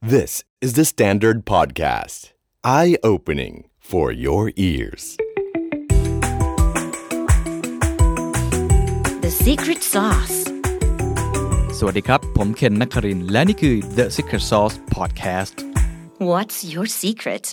This is the Standard Podcast. Eye opening for your ears. The secret sauce. สวัสดีครับ ผมเคนนักครินทร์และนี่คือ The Secret Sauce Podcast What's your secret?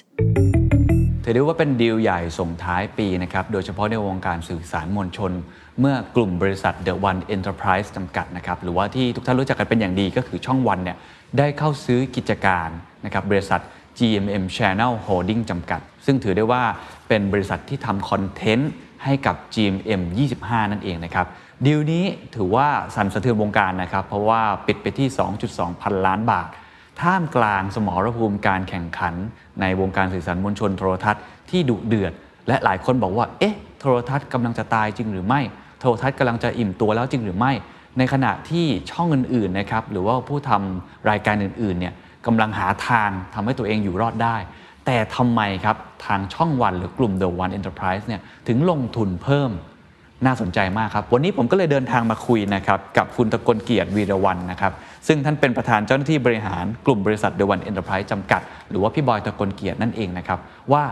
ถือได้ว่าเป็นดีลใหญ่ส่งท้ายปีนะครับ โดยเฉพาะในวงการสื่อสารมวลชน เมื่อกลุ่มบริษัท The One Enterprise จำกัดนะครับ หรือว่าที่ทุกท่านรู้จักกันเป็นอย่างดีก็คือช่องวันเนี่ยได้เข้าซื้อกิจการนะครับบริษัท GMM Channel Holding จำกัด ซึ่งถือได้ว่าเป็นบริษัทที่ทำคอนเทนต์ให้กับ GMM 25 นั่นเองนะครับ ดีลนี้ถือว่าสั่นสะเทือนวงการนะครับ เพราะว่าปิดไปที่ 2.2 พันล้านบาท ท่ามกลางสมรภูมิการแข่งขัน ในวงการสื่อสารมวลชนโทรทัศน์ที่ดุเดือด และหลายคนบอกว่า เอ๊ะ โทรทัศน์กำลังจะตายจริงหรือไม่ โทรทัศน์กำลังจะอิ่มตัวแล้วจริงหรือไม่ ในขณะที่ช่องอื่นๆนะครับหรือว่าผู้ทำรายการอื่นๆเนี่ยกำลังหาทางทำให้ตัวเองอยู่รอดได้ แต่ทำไมครับ ทางช่องวันหรือกลุ่ม The One Enterprise เนี่ยถึงลงทุนเพิ่ม น่าสนใจมากครับ วันนี้ผมก็เลยเดินทางมาคุยนะครับกับคุณตะกลเกียรติวีระวันนะครับ ซึ่งท่านเป็นประธานเจ้าหน้าที่บริหารกลุ่มบริษัทเดวันเอ็นเตอร์ไพรส์จำกัด หรือว่าพี่บอยตะกลเกียรตินั่นเองนะครับ ว่า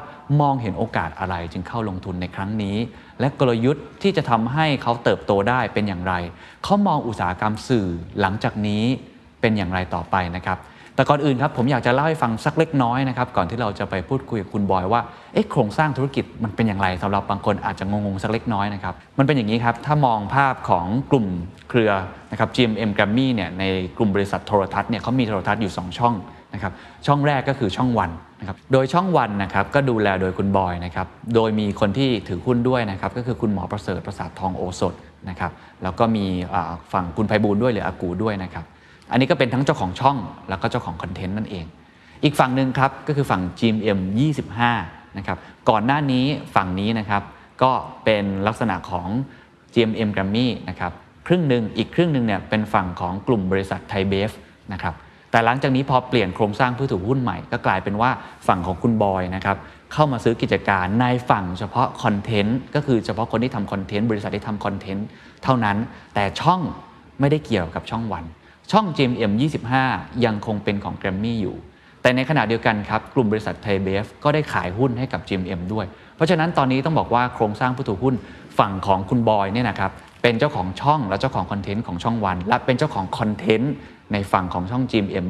มองเห็นโอกาสอะไรจึงเข้าลงทุนในครั้งนี้ และกลยุทธ์ที่จะทำให้เขาเติบโตได้เป็นอย่างไร เขามองอุตสาหกรรมสื่อหลังจากนี้เป็นอย่างไรต่อไปนะครับ แต่ก่อนอื่นครับผมอยากจะเล่าให้ฟังสักเล็กน้อยนะครับก่อนที่เราจะไปพูดคุยกับคุณบอยว่าเอ๊ะโครงสร้างธุรกิจมันเป็นอย่างไรสำหรับบางคนอาจจะงงๆสักเล็กน้อยนะครับมันเป็นอย่างนี้ครับถ้ามองภาพของกลุ่มเครือนะครับ GMM Grammy เนี่ยในกลุ่มบริษัทโทรทัศน์เนี่ยเขามีโทรทัศน์อยู่ 2 ช่องนะครับช่องแรกก็คือช่องวันนะครับโดยช่องวันนะครับก็ดูแลโดยคุณบอยนะครับโดยมีคนที่ถือหุ้นด้วยนะครับก็คือคุณหมอประเสริฐประสาททองโอสถนะครับแล้วก็มีอ่าฝั่งคุณไพบูลย์ด้วยหรืออากูด้วยนะครับ อันนี้ก็เป็นทั้งเจ้าของช่องแล้วก็เจ้าของคอนเทนต์นั่นเอง อีกฝั่งหนึ่งครับก็คือฝั่ง GMM 25 นะครับ ก่อนหน้านี้ฝั่งนี้นะครับ ก็เป็นลักษณะของ GMM Grammy นะครับ ครึ่งหนึ่งอีกครึ่งหนึ่งเนี่ยเป็นฝั่งของกลุ่มบริษัทไทยเบฟนะครับ แต่หลังจากนี้พอเปลี่ยนโครงสร้างผู้ถือหุ้นใหม่ก็กลายเป็นว่าฝั่งของคุณบอยนะครับเข้ามาซื้อกิจการในฝั่งเฉพาะคอนเทนต์ก็คือเฉพาะคนที่ทำคอนเทนต์บริษัทที่ทำคอนเทนต์เท่านั้นแต่ช่อง ไม่ได้เกี่ยวกับช่องวัน ช่อง GMM 25 ยังคงเป็นของแกรมมี่อยู่ แต่ในขณะเดียวกันครับ กลุ่มบริษัทไทยเบฟก็ได้ขายหุ้นให้กับ GMM ด้วย เพราะฉะนั้นตอนนี้ต้องบอกว่าโครงสร้างผู้ถือหุ้นฝั่งของคุณบอยเนี่ยนะครับ เป็นเจ้าของช่องและเจ้าของคอนเทนต์ของช่องวัน และเป็นเจ้าของคอนเทนต์ในฝั่งของช่อง GMM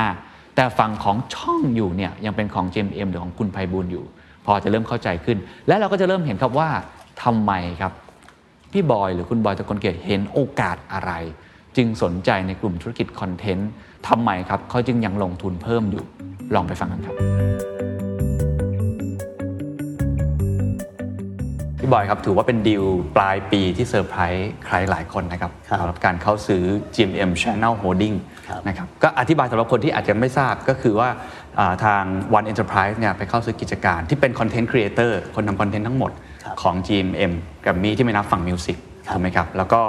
25 แต่ฝั่งของช่องอยู่เนี่ยยังเป็นของ GMM หรือของคุณไพบูลย์อยู่ พอจะเริ่มเข้าใจขึ้น และเราก็จะเริ่มเห็นครับว่าทำไมครับ พี่บอยหรือคุณบอยตะกลเกียรติเห็นโอกาสอะไร จึงสนใจในกลุ่มธุรกิจคอนเทนต์ทำไมครับเขาจึงยังลงทุนเพิ่มอยู่ ลองไปฟังกันครับ พี่บอยครับถือว่าเป็นดีลปลายปีที่เซอร์ไพรส์ใครหลายคนนะครับสำหรับการเข้าซื้อ GMM Channel Holding นะครับก็อธิบายสำหรับคนที่อาจจะไม่ทราบก็คือว่าอ่าทาง One Enterprise เนี่ยไปเข้าซื้อกิจการที่เป็นคอนเทนต์ครีเอเตอร์คนทำคอนเทนต์ทั้งหมดของ GMM กับมีที่ไม่นับฝั่งมิวสิกถูกไหมครับแล้วก็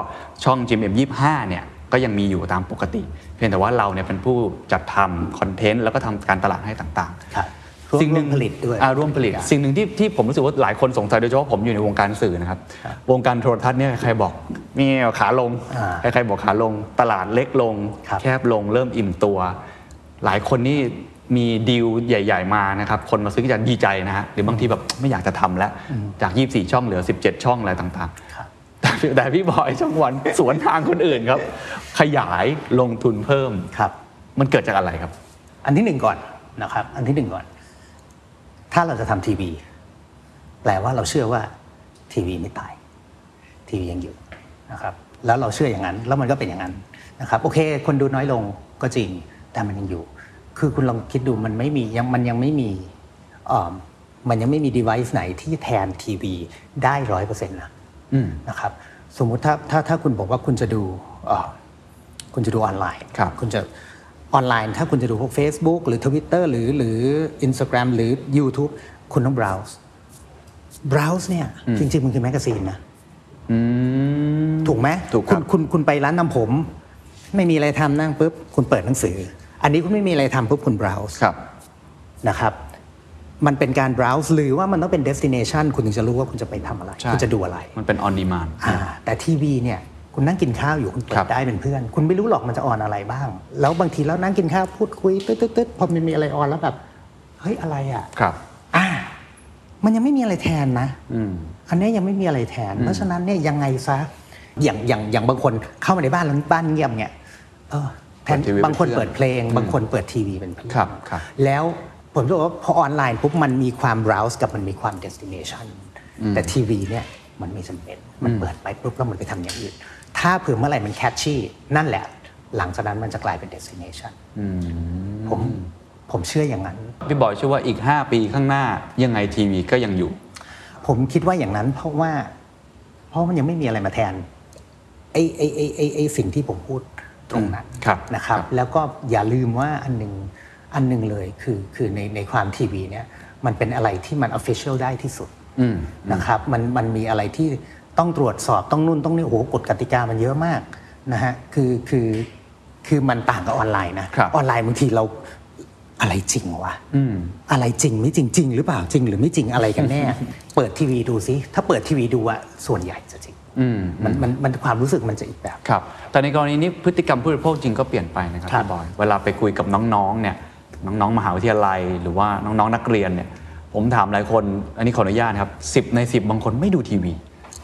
ช่อง GMM 25 เนี่ยก็ยังมีอยู่ตามปกติ เพียงแต่ว่าเราเนี่ยเป็นผู้จัดทำคอนเทนต์แล้วก็ทำการตลาดให้ต่างๆ ครับร่วมร่วมผลิตด้วย อ่าร่วมผลิต สิ่งหนึ่งที่ที่ผมรู้สึกว่าหลายคนสงสัยโดยเฉพาะผมอยู่ในวงการสื่อนะครับ วงการโทรทัศน์เนี่ยใครบอกนี่ขาลง อ่า ใครๆบอกขาลง ตลาดเล็กลง ครับ แคบลง เริ่มอิ่มตัว หลายคนนี่มีดีลใหญ่ ๆ มานะครับ คนมาซื้อกิจการดีใจนะฮะหรือบางทีแบบไม่อยากจะทำแล้ว จาก 24 ช่องเหลือ 17 ช่องอะไรต่างๆ แต่พี่แต่พี่บอยช่องวัน สวนทางคนอื่นครับ ขยายลงทุนเพิ่ม ครับ มันเกิดจากอะไรครับ อันที่หนึ่งก่อนนะครับ อันที่หนึ่งก่อน ถ้าเราจะทำทีวี แปลว่าเราเชื่อว่าทีวีไม่ตาย ทีวียังอยู่นะครับ แล้วเราเชื่ออย่างนั้น แล้วมันก็เป็นอย่างนั้นนะครับ โอเค คนดูน้อยลงก็จริง แต่มันยังอยู่ คือคุณลองคิดดูมันไม่มียังมันยังไม่มีเอ่อมันยังไม่มี device ไหนที่แทนทีวีได้ร้อยเปอร์เซ็นต์นะ อืม นะครับสมมุติถ้าถ้าถ้าคุณบอกว่าคุณจะดูเอ่อคุณจะดูออนไลน์ ครับ คุณจะออนไลน์ ถ้าคุณจะดูพวก Facebook หรือ Twitter หรือหรือ Instagram หรือ YouTube คุณต้อง browse browse เนี่ยจริง ๆ มันคือแมกกาซีนนะ อืม ถูกไหม ถูกครับ ณคุณคุณไปร้านทำผม ไม่มีอะไรทำนั่งปุ๊บ คุณเปิดหนังสือ อันนี้คุณไม่มีอะไรทำปุ๊บคุณ browse ครับ นะครับ มันเป็นการ browse หรือว่ามันต้องเป็น destination คุณถึงจะรู้ว่าคุณจะไปทำอะไร ใช่ คุณจะดูอะไร มันเป็น on demand อ่าแต่ทีวีเนี่ย คุณนั่งกินข้าวอยู่คุณเปิ ครั ด บ ได้เป็นเพื่อน คุณไม่รู้หรอกมันจะออนอะไรบ้าง แล้วบางทีแล้วนั่งกินข้าวพูดคุยตึ๊ดตึ๊ดตึ๊ดพอมันมีอะไรออนแล้วแบบเฮ้ยอะไรอ่ะ ครับ อ่ามันยังไม่มีอะไรแทนนะ อืม อันเนี้ยยังไม่มีอะไรแทน เพราะฉะนั้นเนี่ยยังไงซะอย่างอย่างอย่างบางคนเข้ามาในบ้านแล้วบ้านเงียบเนี่ยเออแทน เปิดทีวีเป็น บางคนเปิดเพลง เครื่อง บางคนเปิดทีวีเป็นเพลง ครับครับ แล้วผมรู้สึกว่าพอออนไลน์ปุ๊บมันมีความ rouse กับมันมีความ destination แต่ทีวีเนี่ยมันมีจำเป็นมันเปิดไปปุ๊บแล้วมันไปทำอย่างอื่นถ้าเผื่อเมื่อไหร่มัน catchy นั่นแหละ หลังจากนั้นมันจะกลายเป็น destination ผมผมเชื่ออย่างนั้น พี่บอยเชื่อว่าอีก 5 ปีข้างหน้ายังไงทีวีก็ยังอยู่ ผมคิดว่าอย่างนั้นเพราะว่า เพราะมันยังไม่มีอะไรมาแทนไอ้ไอ้ไอ้ไอ้ไอ้สิ่งที่ผมพูดตรงนั้น อืมครับ นะครับ ครับ แล้วก็อย่าลืมว่าอันหนึ่งอันหนึ่งเลยคือคือในในความทีวีเนี่ยมันเป็นอะไรที่มัน official ได้ที่สุดนะครับมันมันมีอะไรที่ต้องตรวจสอบต้องนู่นต้องนี่โอ้โหกฎกติกามันเยอะมากนะฮะคือคือคือมันต่างกับออนไลน์นะครับ ออนไลน์บางทีเราอะไรจริงวะ อะไรจริงไม่จริงจริงหรือเปล่าจริงหรือไม่จริงอะไรกันแน่ เปิดทีวีดูซิถ้าเปิดทีวีดูอะส่วนใหญ่จะจริงมันมันมันความรู้สึกมันจะอีกแบบ ครับ แต่ในกรณีนี้พฤติกรรมผู้บริโภคจริงก็เปลี่ยนไปนะครับ ครับ พี่บอย เวลาไปคุยกับน้องๆ เนี่ย น้องๆ มหาวิทยาลัย หรือว่าน้องๆ นักเรียนเนี่ย ผมถามหลายคน อันนี้ขออนุญาตครับสิบในสิบบางคนไม่ดูทีวี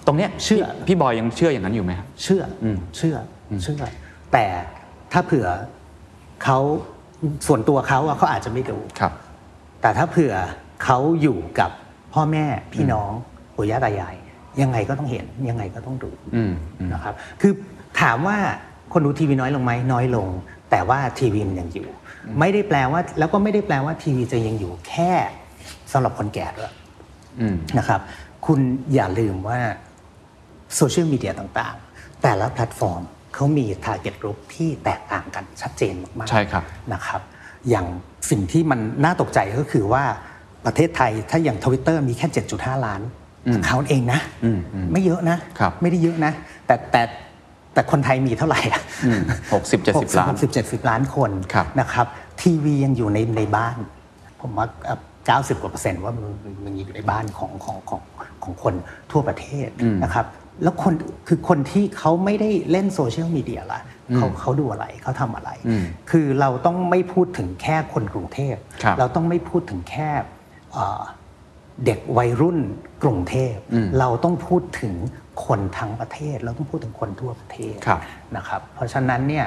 ตรงเนี้ย เชื่อ พี่พี่บอยยังเชื่ออย่างนั้นอยู่ไหมครับ เชื่ออเชื่ออเชื่อ แต่ถ้าเผื่อเขาส่วนตัวเขาอะเขาอาจจะไม่ดู ครับ แต่ถ้าเผื่อเขาอยู่กับพ่อแม่พี่น้องปู่ย่าตายาย ยังไงก็ต้องเห็นยังไงก็ต้องดู อืมอืม นะครับ คือถามว่าคนดูทีวีน้อยลงไหมน้อยลง แต่ว่าทีวีมันยังอยู่ ไม่ได้แปลว่าแล้วก็ไม่ได้แปลว่าทีวีจะยังอยู่แค่สำหรับคนแก่ด้วย อืม นะครับ คุณอย่าลืมว่าโซเชียลมีเดียต่างๆ แต่ละแพลตฟอร์มเขามี Target Group ที่แตกต่างกันชัดเจนมากๆ ใช่ครับ นะครับ อย่างสิ่งที่มันน่าตกใจก็คือว่าประเทศไทยถ้าอย่างทวิตเตอร์มีแค่ 7.5 ล้านเขาเองนะ ไม่เยอะนะ ครับ ไม่ได้เยอะนะ แต่แต่แต่คนไทยมีเท่าไหร่อะ อืมหกสิบเจ็ดสิบล้าน หกสิบ 70 ล้านคน ครับ นะครับทีวียังอยู่ในในบ้าน ผมว่าเอ่อ90 กว่าเปอร์เซ็นต์ว่ามันมันมันอยู่ในบ้านของของของของคนทั่วประเทศนะครับแล้วคนคือคนที่เขาไม่ได้เล่นโซเชียลมีเดียละเขาเขาดูอะไรเขาทำอะไร คือเราต้องไม่พูดถึงแค่คนกรุงเทพ ครับ เราต้องไม่พูดถึงแค่เอ่อเด็กวัยรุ่นกรุงเทพ เราต้องพูดถึงคนทั้งประเทศ เราต้องพูดถึงคนทั่วประเทศ ครับ นะครับเพราะฉะนั้นเนี่ย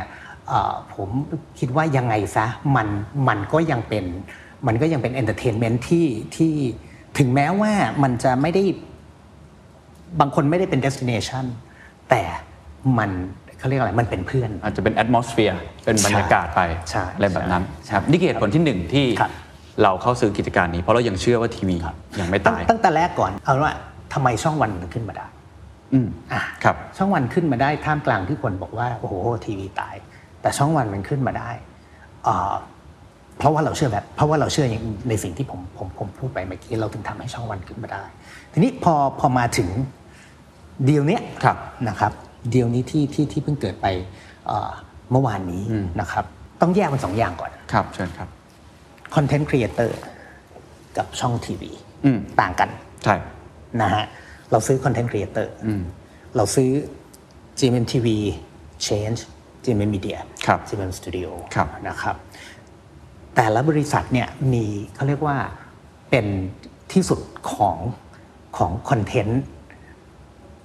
เอ่อผมคิดว่ายังไงซะมันมันก็ยังเป็นมันก็ยังเป็นเอนเตอร์เทนเมนต์ที่ที่ถึงแม้ว่ามันจะไม่ได้บางคนไม่ได้เป็นเดสติเนชันแต่มันเขาเรียกอะไรมันเป็นเพื่อน อาจจะเป็นแอดมอสเฟียร์เป็นบรรยากาศไป ใช่ อะไรแบบนั้น ใช่ ครับนี่คือเหตุผลที่หนึ่งที่ ครับ เราเข้าซื้อกิจการนี้เพราะเรายังเชื่อว่าทีวียังไม่ ตั้ง ตาย ตั้งแต่แรกก่อนเอาว่าทำไมช่องวันมันขึ้นมาได้ อืม อ่ะ ครับ ช่องวันขึ้นมาได้ท่ามกลางที่คนบอกว่าโอ้โหทีวีตาย แต่ช่องวันมันขึ้นมาได้เอ่อเพราะว่าเราเชื่อแบบเพราะว่าเราเชื่ออย่างในสิ่งที่ผมผมผมพูดไปเมื่อกี้เราถึงทำให้ช่องวันขึ้นมาได้ ทีนี้พอพอมาถึงเดียวเนี้ย ครับ นะครับ เดียวนี้ที่ที่ที่เพิ่งเกิดไปเอ่อเมื่อวานนี้นะครับ ต้องแยกเป็นสองอย่างก่อน ครับเชิญครับ คอนเทนต์ครีเอเตอร์กับช่องทีวี อืม ต่างกัน ใช่ นะฮะเราซื้อคอนเทนต์ครีเอเตอร์เราซื้อ GMMTV Change GMM Media ครับ GMM Studio ครับ นะครับ แต่ละบริษัทเนี่ยมีเขาเรียกว่าเป็นที่สุดของของคอนเทนต์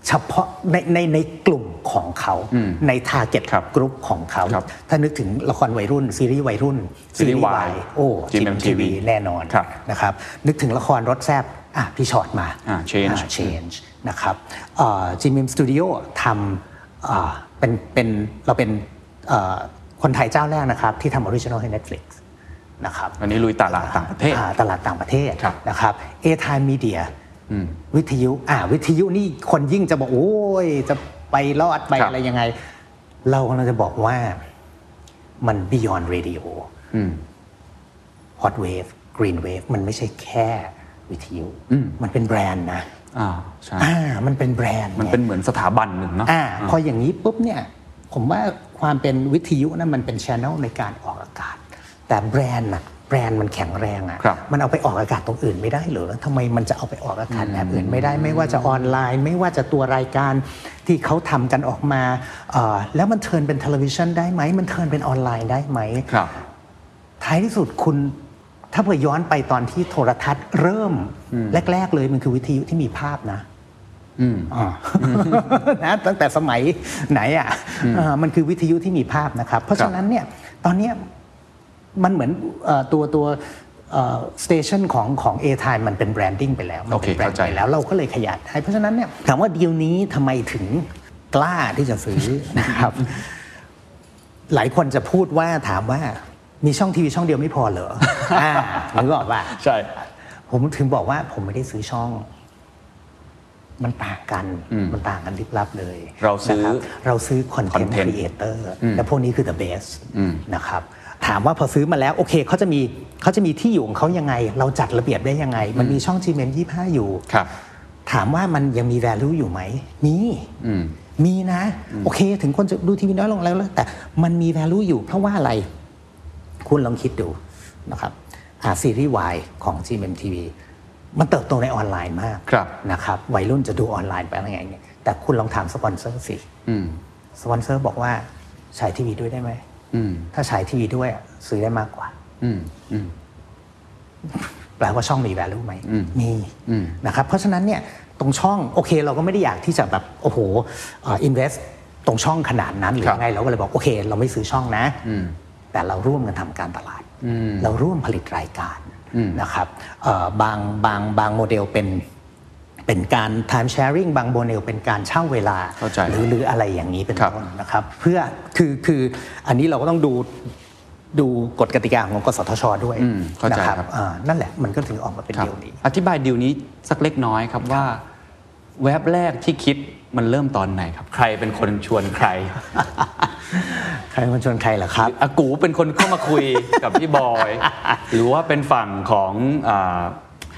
เฉพาะในในในกลุ่มของเขาในทาร์เก็ต ครับ กรุ๊ปของเขา ครับ ถ้านึกถึงละครวัยรุ่น ซีรีส์วัยรุ่น ซีรีส์วาย ซีโอ้ GMM TV แน่นอน ครับ นะครับนึกถึงละครรถแซบอ่ะพี่ช็อตมา อ่า Change อ่า Change นะครับจิมมิมสตูดิโอ Jim Beam Studio ทำเอ่อเป็นเป็นเราเป็นเอ่อคนไทยเจ้าแรกนะครับ ที่ทำออริจินอลให้ Netflix นะครับ อันนี้ลุยตลาดต่างประเทศ อ่าตลาดต่างประเทศ ครับ นะครับเอทายมีเดียวิทยุอ่าวิทยุนี่คนยิ่งจะบอก โอ้ย จะไปรอดไป ครับ อะไรยังไง เรากำลังจะบอกว่ามัน beyond radio อืม ฮอตเวฟกรีนเวฟมันไม่ใช่แค่วิทยุมันเป็นแบรนด์นะ อ่าใช่ อ่ามันเป็นแบรนด์ไง มันเป็นเหมือนสถาบันหนึ่งเนาะ อ่าพออย่างนี้ปุ๊บเนี่ยผมว่าความเป็นวิทยุนั้นมันเป็นช n นลในการออกอากาศ แต่แบรนด์อะแบรนด์มันแข็งแรงอะ ครับ มันเอาไปออกอากาศตรงอื่นไม่ได้เหรอทำไมมันจะเอาไปออกอากาศแบบอื่นไม่ได้ ไม่ว่าจะออนไลน์ ไม่ว่าจะตัวรายการที่เขาทำกันออกมาเอ่อแล้วมันเทิร์นเป็นทีวีชันได้ไหมมันเทิร์นเป็นออนไลน์ได้ไหม ครับ ท้ายที่สุดคุณถ้าเผื่อย้อนไปตอนที่โทรทัศน์เริ่มแรก ๆ เลยมันคือวิทยุที่มีภาพนะอ่า นะ ตั้งแต่สมัยไหนอ่ะอ่ามันคือวิทยุที่มีภาพนะครับ เพราะ ครับ ฉะนั้นเนี่ยตอนเนี้ยมันเหมือนเอ่อตัวตัวสเตชันของของ A Time มันเป็นแบรนดิ้งไปแล้ว มันป็น โอเค แบรน เข้า ด์ ใจ ไปแล้วเราก็เลยขยายได้เพราะฉะนั้นเนี่ยถามว่าดีลนี้ทำไมถึงกล้าที่จะซื้อนะครับ หลายคนจะพูดว่าถามว่ามีช่องทีวีช่องเดียวไม่พอเหร อ อ่านึกออกป่ะ ใช่ ผมถึงบอกว่าผมไม่ได้ซื้อช่อง มันต่างกันมันต่างกันลิบลับเลย เราซื้อ นะคบเราซื้อคอนเทนต์ content ครีเอเตอร์และพวกนี้คือ the best นะครับ ถามว่าพอซื้อมาแล้วโอเคเขาจะมีเขาจะมีที่อยู่ของเขายังไง เราจัดระเบียบได้ยังไง มันมีช่อง GMM 25 อยู่ ครับ ถามว่ามันยังมี value อยู่ไหม มี มีนะ โอเค ถึงคนจะดูทีวีน้อยลงแล้ว แต่มันมี value อยู่ เพราะว่าอะไร คุณลองคิดดูนะครับอ่าซีรีส์ Y ของ GMMTV มันเติบโตในออนไลน์มาก ครับ นะครับ วัยรุ่นจะดูออนไลน์ไปอะไรอย่างเงี้ยแต่คุณลองถามสปอนเซอร์สิ อืม สปอนเซอร์บอกว่าฉายทีวีด้วยได้ไหม อืม ถ้าฉายทีวีด้วยอะซื้อได้มากกว่า อืม อืม แปลว่าช่องมี value ไหม อืม มี อืม นะครับเพราะฉะนั้นเนี่ยตรงช่องโอเคเราก็ไม่ได้อยากที่จะแบบโอ้โหเอินเวสตรงช่องขนาดนั้นหรือ ครับ ยังไงเราก็เลยบอกโอเค เราไม่ซื้อช่องนะ อืม แต่เราร่วมกันทำการตลาด อืม เราร่วมผลิตรายการ อืม นะครับเอ่อบางบางบางโมเดลเป็นเป็นการ time sharing บางโมเดลเป็นการเช่าเวลา เข้าใจ หรือหรืออะไรอย่างนี้เป็น ครับ ต้นนะครับเพื่อคือคืออันนี้เราก็ต้องดูดูกฎกติกาของกสทช ด้วย อืมเข้าใจ นะครับ อ่านั่นแหละมันก็ถึงออกมาเป็น ครับ เดียวนี้ อธิบายดีลนี้สักเล็กน้อยครับว่าแวบแรกที่คิดมันเริ่มตอนไหนครับ ใครเป็นคนชวนใคร ใครเป็นคนชวนใครเหรอครับ อากูเป็นคนเข้ามาคุย กับพี่บอย หรือว่าเป็นฝั่งของอา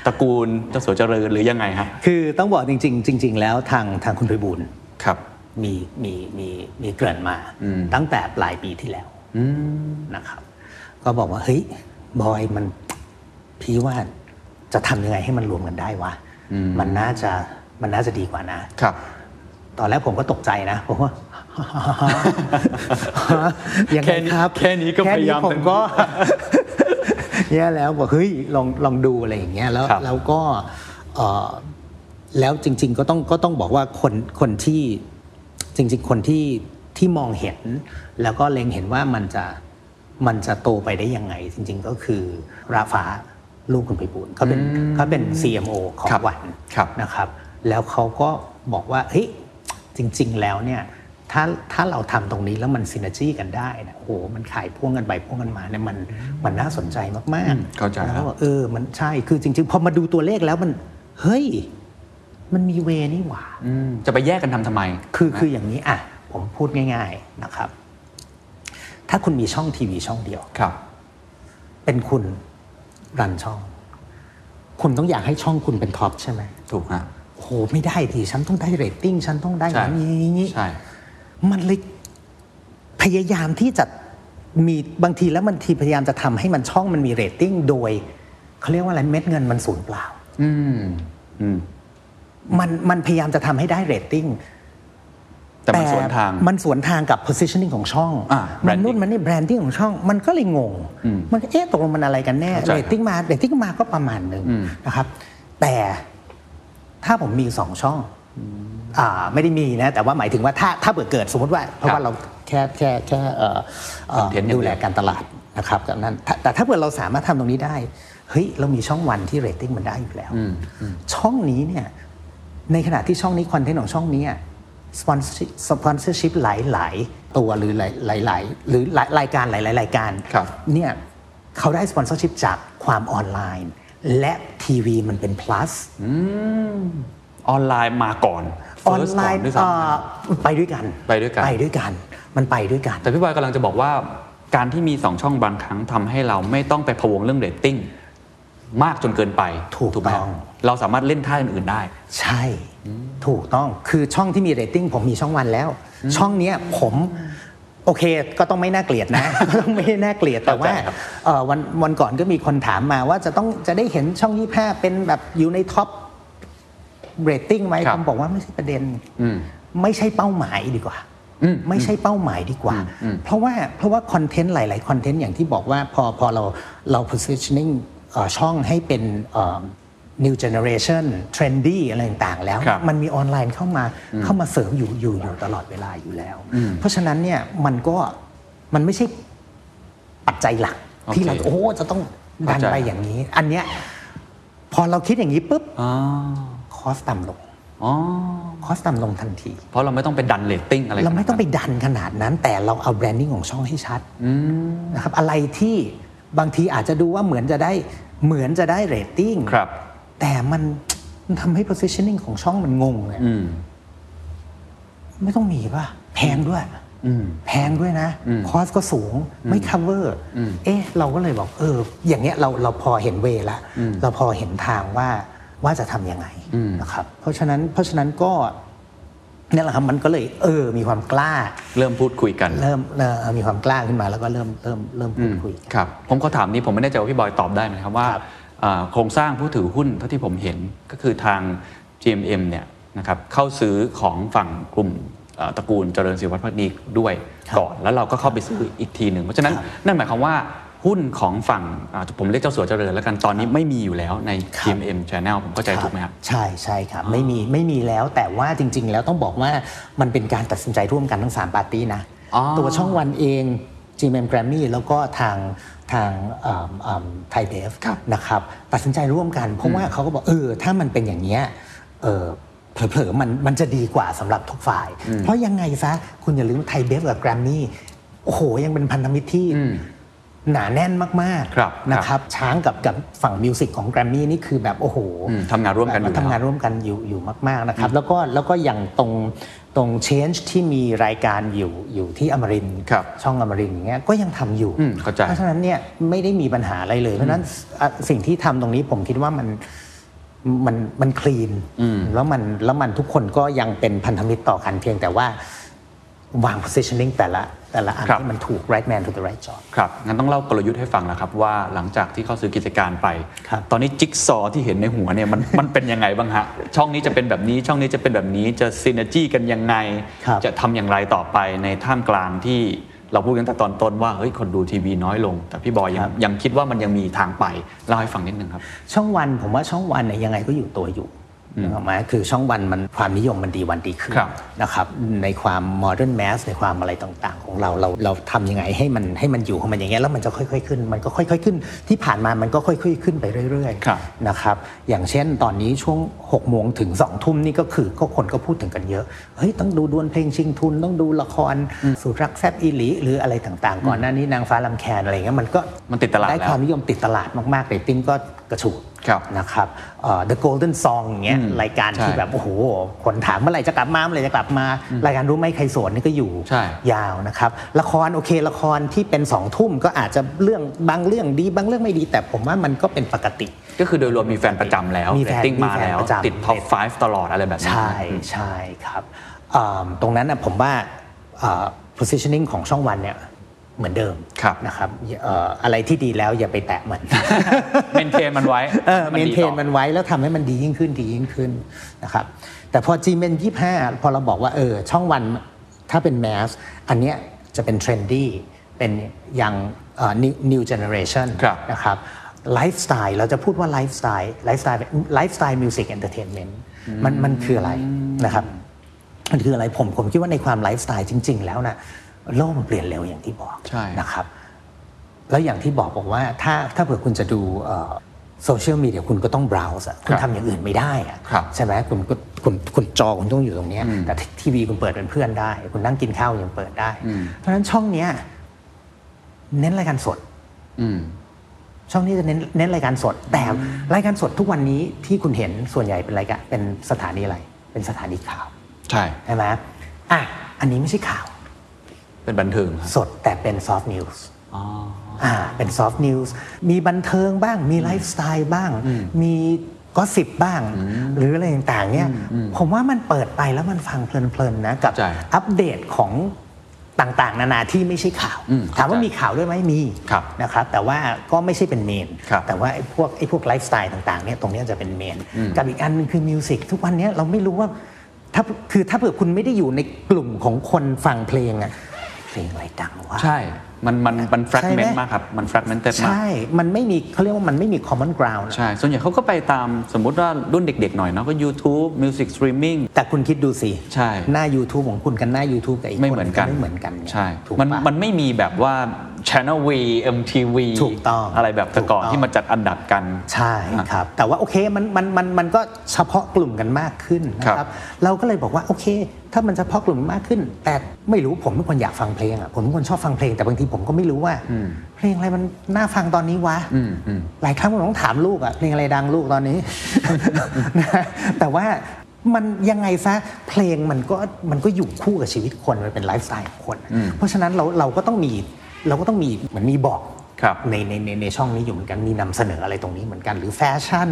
ตระกูลเจ้าสัวเจริญหรือยังไงฮะ คือต้องบอกจริง ๆ จริง ๆ แล้วทางทางคุณพิบูลย์ ครับ มีมีมีมีเกริ่นมา อืม ตั้งแต่ปลายปีที่แล้ว อืม นะครับ ก็บอกว่าเฮ้ยบอยมันพี่ว่าจะทำยังไงให้มันรวมกันได้วะ อืม มันน่าจะมันน่าจะดีกว่านะ ครับ ตอนแรกผมก็ตกใจนะผมว่า ยังไง แค่นี้ ครับ แค่นี้ก็พยายาม แค่นี้ผมก็ เนี่ยแล้วบอกเฮ้ยลองลองดูอะไรอย่างเงี้ยแล้ว ครับ แล้วก็เอ่อแล้วจริง ๆ ก็ต้องก็ต้องบอกว่าคนคนที่จริง ๆ คนที่ที่มองเห็น แล้วก็เล็งเห็นว่ามันจะมันจะโตไปได้ยังไง จริง ๆ ก็คือราฟ้าลูกคุณไปบูลย์เขาเป็นเขาเป็น CMO ของ ครับ วัน ครับ นะครับแล้วเขาก็บอกว่าเฮ้ยจริง ๆ แล้วเนี่ยถ้าถ้าเราทำตรงนี้แล้วมันซิน e r จีกันได้นะโอ้โหมันขายพ่วงกันไปพ่วงกันมาเนี่ยมันมันน่าสนใจมากๆ เข้าใจ แล้ว ครั ก็ บ บอกเออมันใช่คือจริง ๆ พอมาดูตัวเลขแล้วมัน เฮ้ย มันมีเวนี่หว่า อืมจะไปแยกกันทำทำไม คือคืออย่างนี้อ่ะผมพูดง่าย ๆนะครับ ถ้าคุณมีช่องทีวีช่องเดียว ครับ เป็นคุณรันช่อง คุณต้องอยากให้ช่องคุณเป็นท็อปใช่ไหม ถูกฮะ โอ้โหไม่ได้ดิฉันต้องได้เรตติ้งฉันต้องได้ ใช่ อย่างนี้อย่างนี้ ใช่ มันเลยพยายามที่จะมีบางทีแล้วบางทีพยายามจะทำให้มันช่องมันมีเรตติ้งโดยเขาเรียกว่าอะไรเม็ดเงินมันสูญเปล่า อืมอืม มันมันพยายามจะทำให้ได้เรตติ้ง แต่มันสวนทาง มันสวนทางกับ positioning ของช่อง อ่า มั branding นู่นมันนี่แบรนดิ้งของช่อง มันก็เลยงง มันก็เอ๊ะตกลงมันอะไรกันแน่ เข้าใจ เรตติ้งมาเรตติ้งมาก็ประมาณหนึ่ง อืม นะครับ แต่ถ้าผมมีสองช่อง อ่าไม่ได้มีนะ แต่ว่าหมายถึงว่าถ้าถ้าเกิดเกิดสมมติว่า เพราะว่าเราแค่แค่แค่เอ่อเอ่อ Content อย่างเดียว ดูแลการตลาดนะครับกับนั้นแต่แต่ถ้าเกิดเราสามารถทำตรงนี้ได้ เฮ้ย เรามีช่องวันที่เรตติ้งมันได้อยู่แล้ว ช่องนี้เนี่ย ในขณะที่ช่องนี้คอนเทนต์ของช่องนี้สปอนสปอนเซอร์ชิพหลายหลายๆ ตัวหรือหลายหลายๆหรือหลายรายการหลาย ๆ รายการ ครับ เนี่ยเขาได้สปอนเซอร์ชิพจากความออนไลน์ และทีวีมันเป็น plus อืมออนไลน์มาก่อน ออน First ไล ก่ น์ ด้วย เอ่ ซ้ำ อไปด้วยกัน ไปด้วยกัน ไปด้วยกัน มันไปด้วยกัน แต่พี่บอยกำลังจะบอกว่าการที่มี 2 ช่องบางครั้งทำให้เราไม่ต้องไปพะวงเรื่องเรตติ้งมากจนเกินไป ถูก ไหม ต้อง เราสามารถเล่นท่าอื่นๆได้ ใช่ ถูกต้องคือช่องที่มีเรตติ้งผมมีช่องวันแล้ว ช่องเนี้ยผม โอเค ก็ต้องไม่น่าเกลียดนะ ก็ต้องไม่น่าเกลียดแต่ว่า เข้าใจครับ เอ่อวันวันก่อนก็มีคนถามมาว่าจะต้องจะได้เห็นช่องยี่ห้าเป็นแบบอยู่ในท็อปเรตติ้งไหม ครั ผ บ มบอกว่าไม่ใช่ประเด็น อืม ไม่ใช่เป้าหมายดีกว่า อืม ไม่ใช่เป้าหมายดีกว่า อืมอืม เพราะว่าเพราะว่าคอนเทนต์หลาย ๆ คอนเทนต์อย่างที่บอกว่าพอพอเราเรา positioning เอ่อช่องให้เป็นเอ่อ new generation trendy อะไรต่าง ๆ แล้ว ครับ มันมีออนไลน์เข้ามาเข้ามาเสริมอยู่อยู่อยู่ตลอดเวลาอยู่แล้ว เพราะฉะนั้นเนี่ยมันก็มันไม่ใช่ปัจจัยหลัก ที่เรา โอเค โอ้จะต้องดัน เข้าใจ ไปอย่างนี้ อันเนี้ยพอเราคิดอย่างนี้ปุ๊บ อ๋อ คอสต่ำลง อ๋อ คอสต่ำลงทันที เพราะเราไม่ต้องไปดันเลตติ้งอะไร เราไม่ต้องไป ขนดนั้น ดันขนาดนั้น แต่เราเอาแบรนดิ้งของช่องให้ชัด อืม นะครับอะไรที่บางทีอาจจะดูว่าเหมือนจะได้เหมือนจะได้เรตติ้ง ครับ แต่มันมันทำให้ positioning ของช่องมันงงเลย อืม ไม่ต้องมีป่ะ แพงด้วย อืม แพงด้วยนะ อืม คอสก็สูงไม่ cover อืม เอ๊ะ เราก็เลยบอก เออ อย่างเงี้ยเราเราพอเห็นเวละ อืม เราพอเห็นทางว่าว่าจะทำยังไง อืม นะครับ เพราะฉะนั้นเพราะฉะนั้นก็เนี่ยแหละครับมันก็เลย เออ มีความกล้า เริ่มพูดคุยกัน เริ่มเอ่อมีความกล้าขึ้นมาแล้วก็เริ่มเริ่มเริ่มพูดคุย ครับผมขอถามนี้ผมไม่แน่ใจว่าพี่บอยตอบได้ไหมครับว่าเอ่อโครงสร้างผู้ถือหุ้นเท่าที่ผมเห็นก็คือทาง GMM เนี่ยนะครับเข้าซื้อของฝั่งกลุ่มเอ่อตระกูลเจริญศิริวัฒน์พักดีด้วย ครับ ก่อน แล้วเราก็เข้าไปซื้ออีกทีหนึ่งเพราะฉะนั้นนั่นหมายความว่าหุ้นของฝั่งอ่าผมเรียกเจ้าสัวเจริญแล้วกันตอนนี้ไม่มีอยู่แล้วใน ครับ GMM Channel ผมเข้าใจถูกไหมครับ ใช่ใช่ครับไม่มีไม่มีแล้วแต่ว่าจริง ๆ แล้วต้องบอกว่ามันเป็นการตัดสินใจร่วมกันทั้ง 3 ปาร์ตี้นะ อ๋อ ตัวช่องวันเอง GMM Grammy แล้วก็ทางทางไทยเดฟ ครับ นะครับตัดสินใจร่วมกัน เพราะว่าเขาก็บอกเออถ้ามันเป็นอย่างเนี้ยเออเผลอๆมันมันจะดีกว่าสำหรับทุกฝ่าย เพราะยังไงซะคุณอย่าลืมไทยเดฟกับแกรมมี่โอ้โหยังเป็นพันธมิตรที่ อืม หนาแน่นมาก ครับ ๆนะ ค ครับ รับช้างกับกับฝั่งมิวสิกของแกรมมี่นี่คือแบบโอ้โห อืมทำงานร่วมกันอยู่ ทำงานร่วมกันอยู่อยู่มาก ๆ นะครับ แล้วก็แล้วก็อย่างตรงตรง change ที่มีรายการอยู่อยู่ที่อมรินทร์ ครับ ช่องอมรินทร์อย่างเงี้ยก็ยังทำอยู่ อืมเข้าใจ เพราะฉะนั้นเนี่ยไม่ได้มีปัญหาอะไรเลย เพราะฉะนั้นอ่ะสิ่งที่ทำตรงนี้ผมคิดว่ามันมันมันคลีน อืม แล้วมันแล้วมันทุกคนก็ยังเป็นพันธมิตรต่อกันเพียงแต่ว่า วาง positioning แต่ละแต่ละอัน ครับ ให้มันถูก right man to the right job ครับงั้นต้องเล่ากลยุทธ์ให้ฟังแล้วครับว่าหลังจากที่เขาซื้อกิจการไป ครับ ตอนนี้จิ๊กซอว์ที่เห็นในหัวเนี่ยมัน มันเป็นยังไงบ้างฮะ ช่องนี้จะเป็นแบบนี้ช่องนี้จะเป็นแบบนี้จะซีเนจีกันยังไง ครับ จะทำอย่างไรต่อไปในท่ามกลางที่เราพูดกันแต่ตอนต้นว่าเฮ้ยคนดูทีวีน้อยลง แต่พี่บอยยังยังคิดว่ามันยังมีทางไปเล่าให้ฟังนิดนึงครับ ช่องวันผมว่าช่องวันเนี่ยยังไงก็อยู่ตัวอยู่นึกออกไหมคือช่องวันมันความนิยมมันดีวันดีขึ้น ครับ นะครับในความโมเดิร์นแมสในความอะไรต่างๆ ของเราเราเราทำยังไงให้มันให้มันอยู่ของมันอย่างเงี้ยแล้วมันจะค่อยๆขึ้น มันก็ค่อย ๆขึ้น ที่ผ่านมามันก็ค่อยๆขึ้นไปเรื่อย ครับ ๆนะครับอย่างเช่นตอนนี้ช่วง6กโมงถึง2องทุ่มนี่ก็คือก็คนก็พูดถึงกันเยอะเฮ้ยต้องดูดวลเพลงชิงทุน ต้องดูละครสุดรักแซบอีหลีหรืออะไรต่างๆ ก่อนหน้านี้นางฟ้าลำแคนอะไรเงี้ยมันก็ มันติดตลาด ได้ แล้ คว วามนิยมติดตลาดมากๆเรตติ้งก็กระฉูด ครับ นะครับเอ่อ The Golden Song อย่างเงี้ย อืม รายการ ใช่ ที่แบบ โอ้โห คนถามเมื่อไหร่จะกลับมาเมื่อไหร่จะกลับมา รายการรู้ไหมใครโสวนนี่ก็อยู่ ใช่ ยาวนะครับ ละครโอเคละครที่เป็นสองทุ่มก็อาจจะเรื่องบางเรื่องดีบางเรื่องไม่ดี แต่ผมว่ามันก็เป็นปกติ ก็คือโดยรวมมีแฟนประจำแล้ว มี เร แฟ ต น ติ้งมา มีแฟน แล้ว ประจำ ติดท็อป 5 ตลอดอะไรแบบนี้ ใช่ใช่ครับเอิ่มตรงนั้นนะผมว่าเอ่อ positioning ของช่องวันเนี่ยเหมือนเดิม ครับ นะครับเอ่ออะไรที่ดีแล้วอย่าไปแตะมัน Maintain มันไว้ เออ ให้ เม มัน น ดี เท ต่อนมันไว้แล้วทำให้มันดียิ่งขึ้นดียิ่งขึ้นนะครับแต่พอ g m ยี่ห้าพอเราบอกว่าเออช่องวันถ้าเป็นแมสอันเนี้ยจะเป็นเทรนดี้เป็นยังเอ่อ new new generation ครับ นะครับไลฟ์สไตล์เราจะพูดว่าไลฟ์สไตล์ไลฟ์สไตล์ไลฟ์สไตล์มิวสิกเอนเตอร์เทนเมนต์มันมันคืออะไรนะครับมันคืออะไรผมผมคิดว่าในความไลฟ์สไตล์จริง ๆ แล้วนะโลกมันเปลี่ยนเร็วอย่างที่บอก ใช่ นะครับ แล้วอย่างที่บอกบอกว่าถ้าถ้าเผื่อคุณจะดูโซเชียลมีเดียคุณก็ต้อง browse อะคุณ ครับ ทำอย่างอื่นไม่ได้อะ ครับ ใช่ไหมคุณคุณคุณคุณจอคุณต้องอยู่ตรงเนี้ยแต่ทีวีคุณเปิดเป็นเพื่อนได้ คุณนั่งกินข้าวยังเปิดได้ อืม เพราะฉะนั้นช่องเนี้ยเน้นรายการสด อืม ช่องนี้จะเน้นเน้นรายการสด แต่รายการสดทุกวันนี้ที่คุณเห็นส่วนใหญ่เป็นรายการเป็นสถานีอะไร เป็นสถานีข่าว ใช่ ใช่ไหมอ่ะอันนี้ไม่ใช่ข่าว เป็นบันเทิงครับ สดแต่เป็นซอฟต์นิวส์ อ๋อ อ่าเป็นซอฟต์นิวส์มีบันเทิงบ้าง มีไลฟ์สไตล์บ้าง มีก็สิบบ้าง หรืออะไรต่างๆเนี่ยผมว่ามันเปิดไปแล้วมันฟังเพลินๆนะ กับ ใช่ อัปเดตของ ต่างๆ นานาที่ไม่ใช่ข่าว อืม ถามว่ามีข่าวด้วยไหมมี ครับ นะครับแต่ว่าก็ไม่ใช่เป็นเมน ครับ แต่ว่าไอ้พวกไอ้พวกไลฟ์สไตล์ต่างๆเนี่ยตรงเนี้ยจะเป็นเมน กับอีกอันหนึงคือมิวสิกทุกวันเนี้ยเราไม่รู้ว่าถ้าคือถ้าเผื่อคุณไม่ได้อยู่ในกลุ่มของคนฟังเพลงอะเพลงอะไรดังวะ ใช่ มันมันมันแฟกเมน ใช่ ต์ ไหม มากครับ มันแฟกเมนต์มาก ใช่ มันไม่มีเขาเรียกว่ามันไม่มี common ground อะ ใช่ ส่วนใหญ่เขาก็ไปตามสมมุติว่ารุ่นเด็กๆหน่อยเนาะก็ YouTube Music Streaming แต่คุณคิดดูสิ ใช่ หน้า YouTube ของคุณกับหน้า YouTube กับอีก ไม่เหมือนกัน คไม่เหมือนกัน ใช่ ถูก มัน ปะ มันไม่มีแบบว่า Channel V MTV ถูกต้อง อะไรแบบแต่ก่อน ถูกต้อง ที่มาจัดอันดับกัน ใช่ครับ แต่ว่าโอเคมันมันมันมันก็เฉพาะกลุ่มกันมากขึ้นนะค ครั รับบ เราก็เลยบอกว่าโอเค ถ้ามันเฉพาะกลุ่มมากขึ้น แต่ไม่รู้ผมเป็นคนอยากฟังเพลงอ่ะผมเป็นคนชอบฟังเพลงแต่บางทีผมก็ไม่รู้ว่า เพลงอะไรมันน่าฟังตอนนี้วะ อืมอืม หลายครั้งผมต้องถามลูกอะเพลงอะไรดังลูกตอนนี้ นะ แต่ว่ามันยังไงซะเพลงมันก็มันก็อยู่คู่กับชีวิตคนมันเป็นไลฟ์สไตล์ของคน เพราะฉะนั้นเราเราก็ต้องมีเราก็ต้องมีเหมือนมีบอก ครับ ในในในในช่องนี้อยู่เหมือนกันมีนำเสนออะไรตรงนี้เหมือนกันหรือแฟชั่น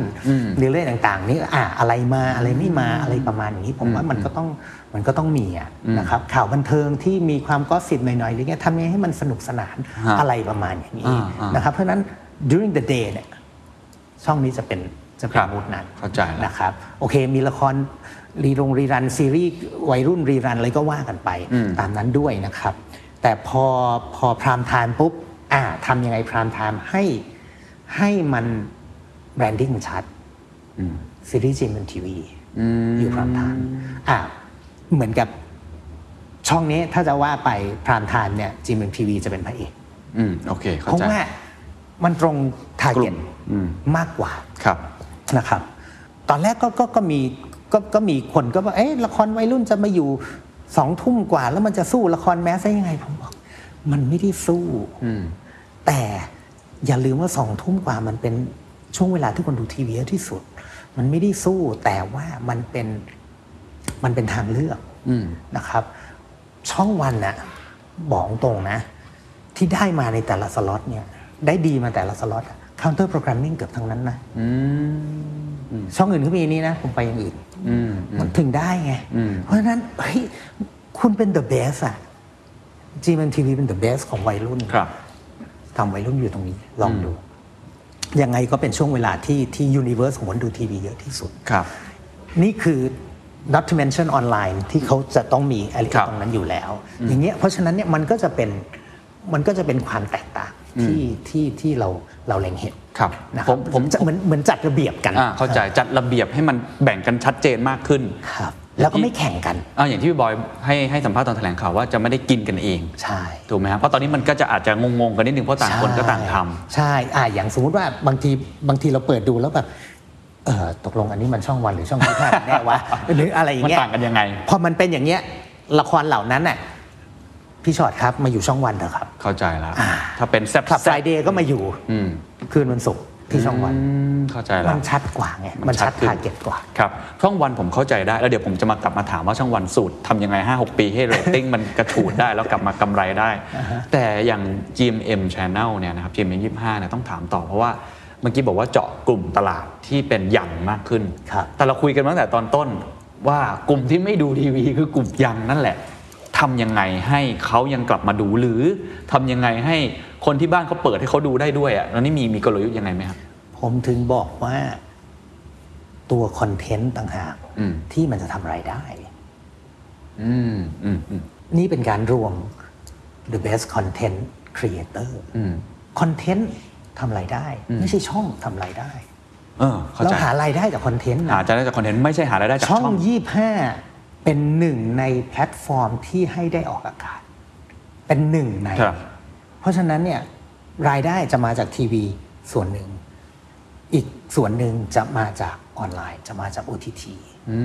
หรือเรื่องต่างๆนี่อ่ะอะไรมาอะไรไม่มาอะไรประมาณอย่างนี้ ผมว่ามันก็ต้องมันก็ต้องมีอะนะครับข่าวบันเทิงที่มีความก็สิบหน่อยๆหรือไงทำยังไงให้มันสนุกสนาน ฮะ อะไรประมาณอย่างนี้ อ่าอ่าน นะครับเพราะฉะนั้น during the day เนี่ยช่องนี้จะเป็นจะคเป็น รับ มูดนั้น เข้าใจแล้ว นะครับโอเคมีละครรีรงรีรันซีรีส์วัยรุ่นรีรันอะไรก็ว่ากันไปตามนั้นด้วยนะครับ แต่พอพอพรามไทม์ปุ๊บอ่าทำยังไงพรามไทม์ให้ให้มันแบรนดิ้งชัดซีรีส์จีนบนทีวีอยู่พรามไทม์อ่าเหมือนกับช่องนี้ถ้าจะว่าไปพรามไทม์เนี่ยจีนบนทีวีจะเป็นพระเอก อืมโอเค เข้า เพราะ ใจ ว่ามันตรงทาร์ กลุ่ เก็ต มอืม มากกว่า ครับ นะครับ ตอนแรกก็ก็ก็มีก็ก็มีคนก็ว่าเอ๊ะละครวัยรุ่นจะมาอยู่สองทุ่มกว่า แล้วมันจะสู้ละครแมสได้ยังไงผมบอก มันไม่ได้สู้ อืม แต่อย่าลืมว่าสองทุ่มกว่ามันเป็นช่วงเวลาที่คนดูทีวีเยอะที่สุด มันไม่ได้สู้แต่ว่ามันเป็นมันเป็นทางเลือก อืม นะครับ ช่องวันนะบอกตรงนะ ที่ได้มาในแต่ละสล็อตเนี่ย ได้ดีมาแต่ละสล็อตค o นเตอร์โปรแกรมมิ่งเกือบทั้งนั้นนะ อืม ช่องอื่นก็มีนี่นะ ผมไปอย่างอื่น อืม มันถึงได้ไง เพราะฉะนั้นเฮ้ยคุณเป็น the best อะจีมันทีวีเป็น the best ของวัยรุ่น ครับ ทำไว้รุ่นอยู่ตรงนี้ลองดู ยังไงก็เป็นช่วงเวลาที่ที่ยูนิเวอร์สของคนดูทีวีเยอะที่สุด ครับ นี่คือ not to mention ออนไลน์ที่เขาจะต้องมีอะไร ครับ ตรงนั้นอยู่แล้ว อย่างเงี้ยเพราะฉะนั้นเนี่ยมันก็จะเป็นมันก็จะเป็นความแตกต่างที่ที่ที่เราเราเล็งเห็น ครับ นะ ผมผม จะเหมือนเหมือนจัดระเบียบกัน อ่าเข้าใจจัดระเบียบให้มันแบ่งกันชัดเจนมากขึ้น ครับ แล้วก็ไม่แข่งกัน อ่าอย่างที่พี่บอยให้ให้สัมภาษณ์ตอนแถลงข่าวว่าจะไม่ได้กินกันเอง ใช่ ถูกไหมครับเพราะตอนนี้มันก็จะอาจจะงงๆกันนิดนึงเพราะต่างคนก็ต่างทำ ใช่ใช่อ่าอย่างสมมติว่าบางทีบางทีเราเปิดดูแล้วแบบเออตกลงอันนี้มันช่องวันหรือช่องที่ห้ากันแน่ วะ หรืออะไรอย่างเงี้ย มันต่างกันยังไง พอมันเป็นอย่างเงี้ยละครเหล่านั้นน่ะพี่ชอดครับมาอยู่ช่องวันเถอะครับ เข้าใจแล้ว อ่า ถ้าเป็นแซ่บ คลับ แซ่ ไฟ บ เดย์ก็มาอยู่ อืม คืนวันศุกร์ที่ช่องวัน อืมเข้าใจแล้ มั วน ชัดกว่าไงมันชัด ขึ้ ทาร์เก็ตกว่า ครับ ช่องวันผมเข้าใจได้ แล้วเดี๋ยวผมจะมากลับมาถามว่าช่องวันสูตรทำยังไง 5-6 ปีให้เรตติ้ง มันกระฉูดได้แล้วกลับมากำไรได้ แต่อย่าง GMM Channel เนี่ยนะครับ GMM 25เนี่ยต้องถามต่อเพราะว่าเมื่อกี้บอกว่าเจาะกลุ่มตลาดที่เป็นยังมากขึ้น ครับ แต่เราคุยกันมาตั้งแต่ตอนต้นว่ากลุ่มที่ไม่ดูทีวีคือกลุ่มยังนั่นแหละทำยังไงให้เขายังกลับมาดูหรือทำยังไงให้คนที่บ้านเขาเปิดให้เขาดูได้ด้วยอ่ะแล้วนี่มีมีกลยุทธ์ยังไงไหมครับ ผมถึงบอกว่าตัวคอนเทนต์ต่างหาก อืม ที่มันจะทำรายได้ อืมอืมอืม นี่เป็นการรวม the best content creator อืม คอนเทนต์ทำรายได้ ไม่ใช่ช่องทำรายได้ เออเข้า เรา ใจ หารายได้จากคอนเทนต์ หา นะ จะได้จากคอนเทนต์ไม่ใช่หารายได้จาก ช่ ช่ อ อง ง 25 เป็นหนึ่งในแพลตฟอร์มที่ให้ได้ออกอากาศ เป็นหนึ่งใน ครับ เพราะฉะนั้นเนี่ยรายได้จะมาจากทีวีส่วนหนึ่ง อีกส่วนหนึ่งจะมาจากออนไลน์ จะมาจาก OTT อื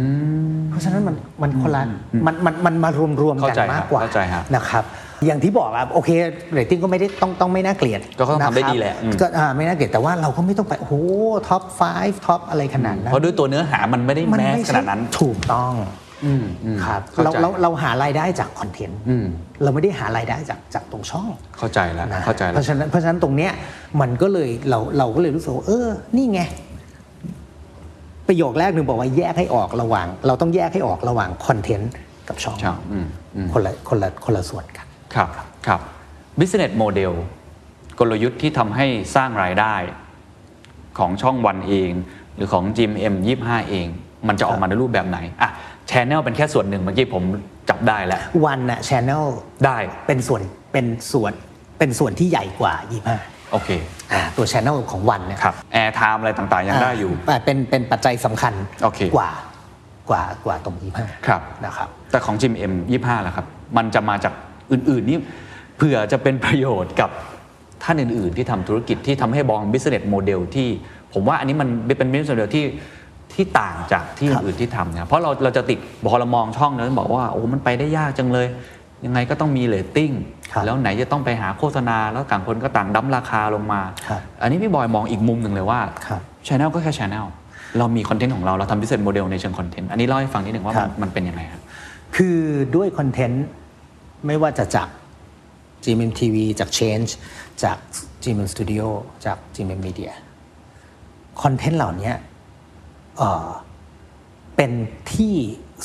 ม เพราะฉะนั้นมันมันคนละมันมันมันมารวมรวมๆ เข้า กัน ใจ มา ครั ก บ กว่า เข้าใจครับ นะครับ อย่างที่บอกอะโอเคเรตติ้งก็ไม่ได้ต้องต้องไม่น่าเกลียด ก็ต้องทำได้ นะครับ ดีแหละอืม ก็อ่าไม่น่าเกลียดแต่ว่าเราก็ไม่ต้องไปโอ้โหท็อป5ท็อปอะไรขนาดนั้น เพราะด้วยตัวเนื้อหามันไม่ได้ มัน แมส ไม่ ข ใช่ นาดนั้น ถูกต้อง อืมอืม ครับ เข้า เรา ใจ เราเราหารายได้จากคอนเทนต์ อืม เราไม่ได้หารายได้จากจากตรงช่อง เข้าใจแล้ว นะ เข้าใจ เพ แล้ว ราะฉะนั้นเพราะฉะนั้นตรงเนี้ยมันก็เลยเราเราก็เลยรู้สึกว่าเออ นี่ไง ประโยคแรกหนึ่งบอกว่าแยกให้ออกระหว่าง เราต้องแยกให้ออกระหว่างคอนเทนต์กับช่อง ช่องอืมอืม คนละคนละคนละส่วนกัน ครับครับ business model กลยุทธ์ที่ทำให้สร้างรายได้ของช่องวันเอง หรือของ GMM25 เอง มันจะออกมาในรูปแบบไหนอ่ะ channel เป็นแค่ส่วนหนึ่งเมื่อกี้ผมจับได้แล้ว วันน่ะชแนล ได้ เป็นส่วนเป็นส่วนเป็นส่วนที่ใหญ่กว่ายี่ห้า โอเค ตัวชแนลของวันเนี่ย ครับ air time อะไรต่างๆ ยังได้อยู่ แต่เป็นเป็นปัจจัยสำคัญ โอเค กว่ากว่ากว่าตรงยี่ห้า ครับ นะครับ แต่ของ GMM25 ล่ะครับ มันจะมาจากอื่นๆนี่เผื่อจะเป็นประโยชน์กับท่านอื่นๆ ที่ทำธุรกิจที่ทำให้บอง business model ที่ผมว่าอันนี้มันเป็น business model ที่ที่ต่างจากที่ ครับ อื่นๆที่ทำนะเพราะเราเราจะติดพอเรามองช่องนั้นบอกว่าโอ้มันไปได้ยากจังเลย ยังไงก็ต้องมีเลตติ้ง ครับ แล้วไหนจะต้องไปหาโฆษณาแล้วต่างคนก็ต่างดั้มราคาลงมา ครับ อันนี้พี่บอยมองอีกมุมหนึ่งเลยว่า ครับ Channel ก็แค่ Channel เรามีคอนเทนต์ของเราเราทำ business model ในเชิงคอนเทนต์อันนี้เล่าให้ฟังนิดหนึ่งว่า ครั มัน บ มันเป็นยังไงครับ คือด้วยคอนเทนต์ไม่ว่าจะจาก GMMTV จาก Change จาก GMM Studio จาก GMM Media คอนเทนต์เหล่านี้เอ่อเป็นที่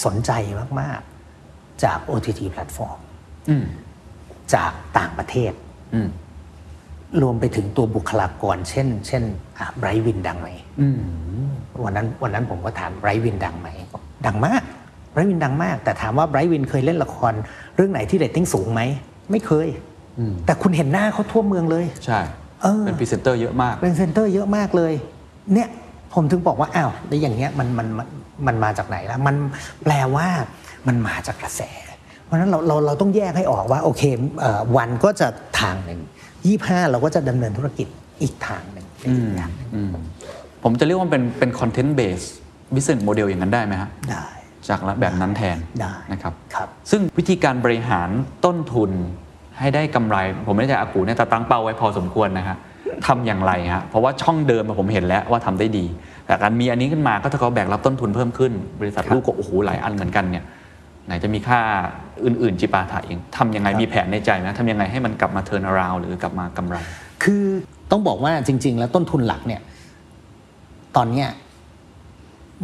สนใจมาก ๆ จาก OTT แพลตฟอร์ม อืม จากต่างประเทศ อืม รวมไปถึงตัวบุคลากร เช่น เช่นไบรท์วินดังไหม อืม วันนั้นวันนั้นผมก็ถามไบรท์วินดังไหมบอกดังมากไบรท์วินดังมาก แต่ถามว่าไบรท์วินเคยเล่นละคร เรื่องไหนที่เรตติ้งสูงไหม ไม่เคย แต่คุณเห็นหน้าเขาทั่วเมืองเลย ใช่ เออ นพรีเซนเตอร์เยอะมาก เป็นเซนเตอร์เยอะมากเลย เนี่ยผมถึงบอกว่าอ้าวแล้วอย่างเงี้ยมันมันมันมันมาจากไหนล่ะมันแปลว่ามันมาจากกระแส เพราะฉะนั้นเราเราเราต้องแยกให้ออกว่าโอเคเอ่อวันก็จะทางหนึ่งยี่ห้าเราก็จะดำเนินธุรกิจอีกทางหนึ่งเป็นอีกอย่างหนึ่ง ผมจะเรียกว่ามันเป็นเป็นคอนเทนต์เบสบิสเนสโมเดลอย่างนั้นได้ไหมฮะ ได้ จากละแบบนั้นแทน ได้ นะครับ ครับ ซึ่งวิธีการบริหารต้นทุนให้ได้กำไร ผมไม่แน่ใจอากูเนี่ยตาตั้งเป้าไว้พอสมควรนะฮะทำอย่างไรฮะเพราะว่าช่องเดิมอะผมเห็นแล้วว่าทำได้ดี แต่การมีอันนี้ขึ้นมาก็ถ้าเขาแบกรับต้นทุนเพิ่มขึ้น บริษัทลูกก็โอ้โหหลายอันเหมือนกันเนี่ย ไหนจะมีค่าอื่น ๆ จิปาถะเองทำยังไงมีแผนในใจไหมทำยังไงให้มันกลับมาเทิร์นราวหรือกลับมากำไร คือต้องบอกว่าจริง ๆ แล้วต้นทุนหลักเนี่ย ตอนเนี้ย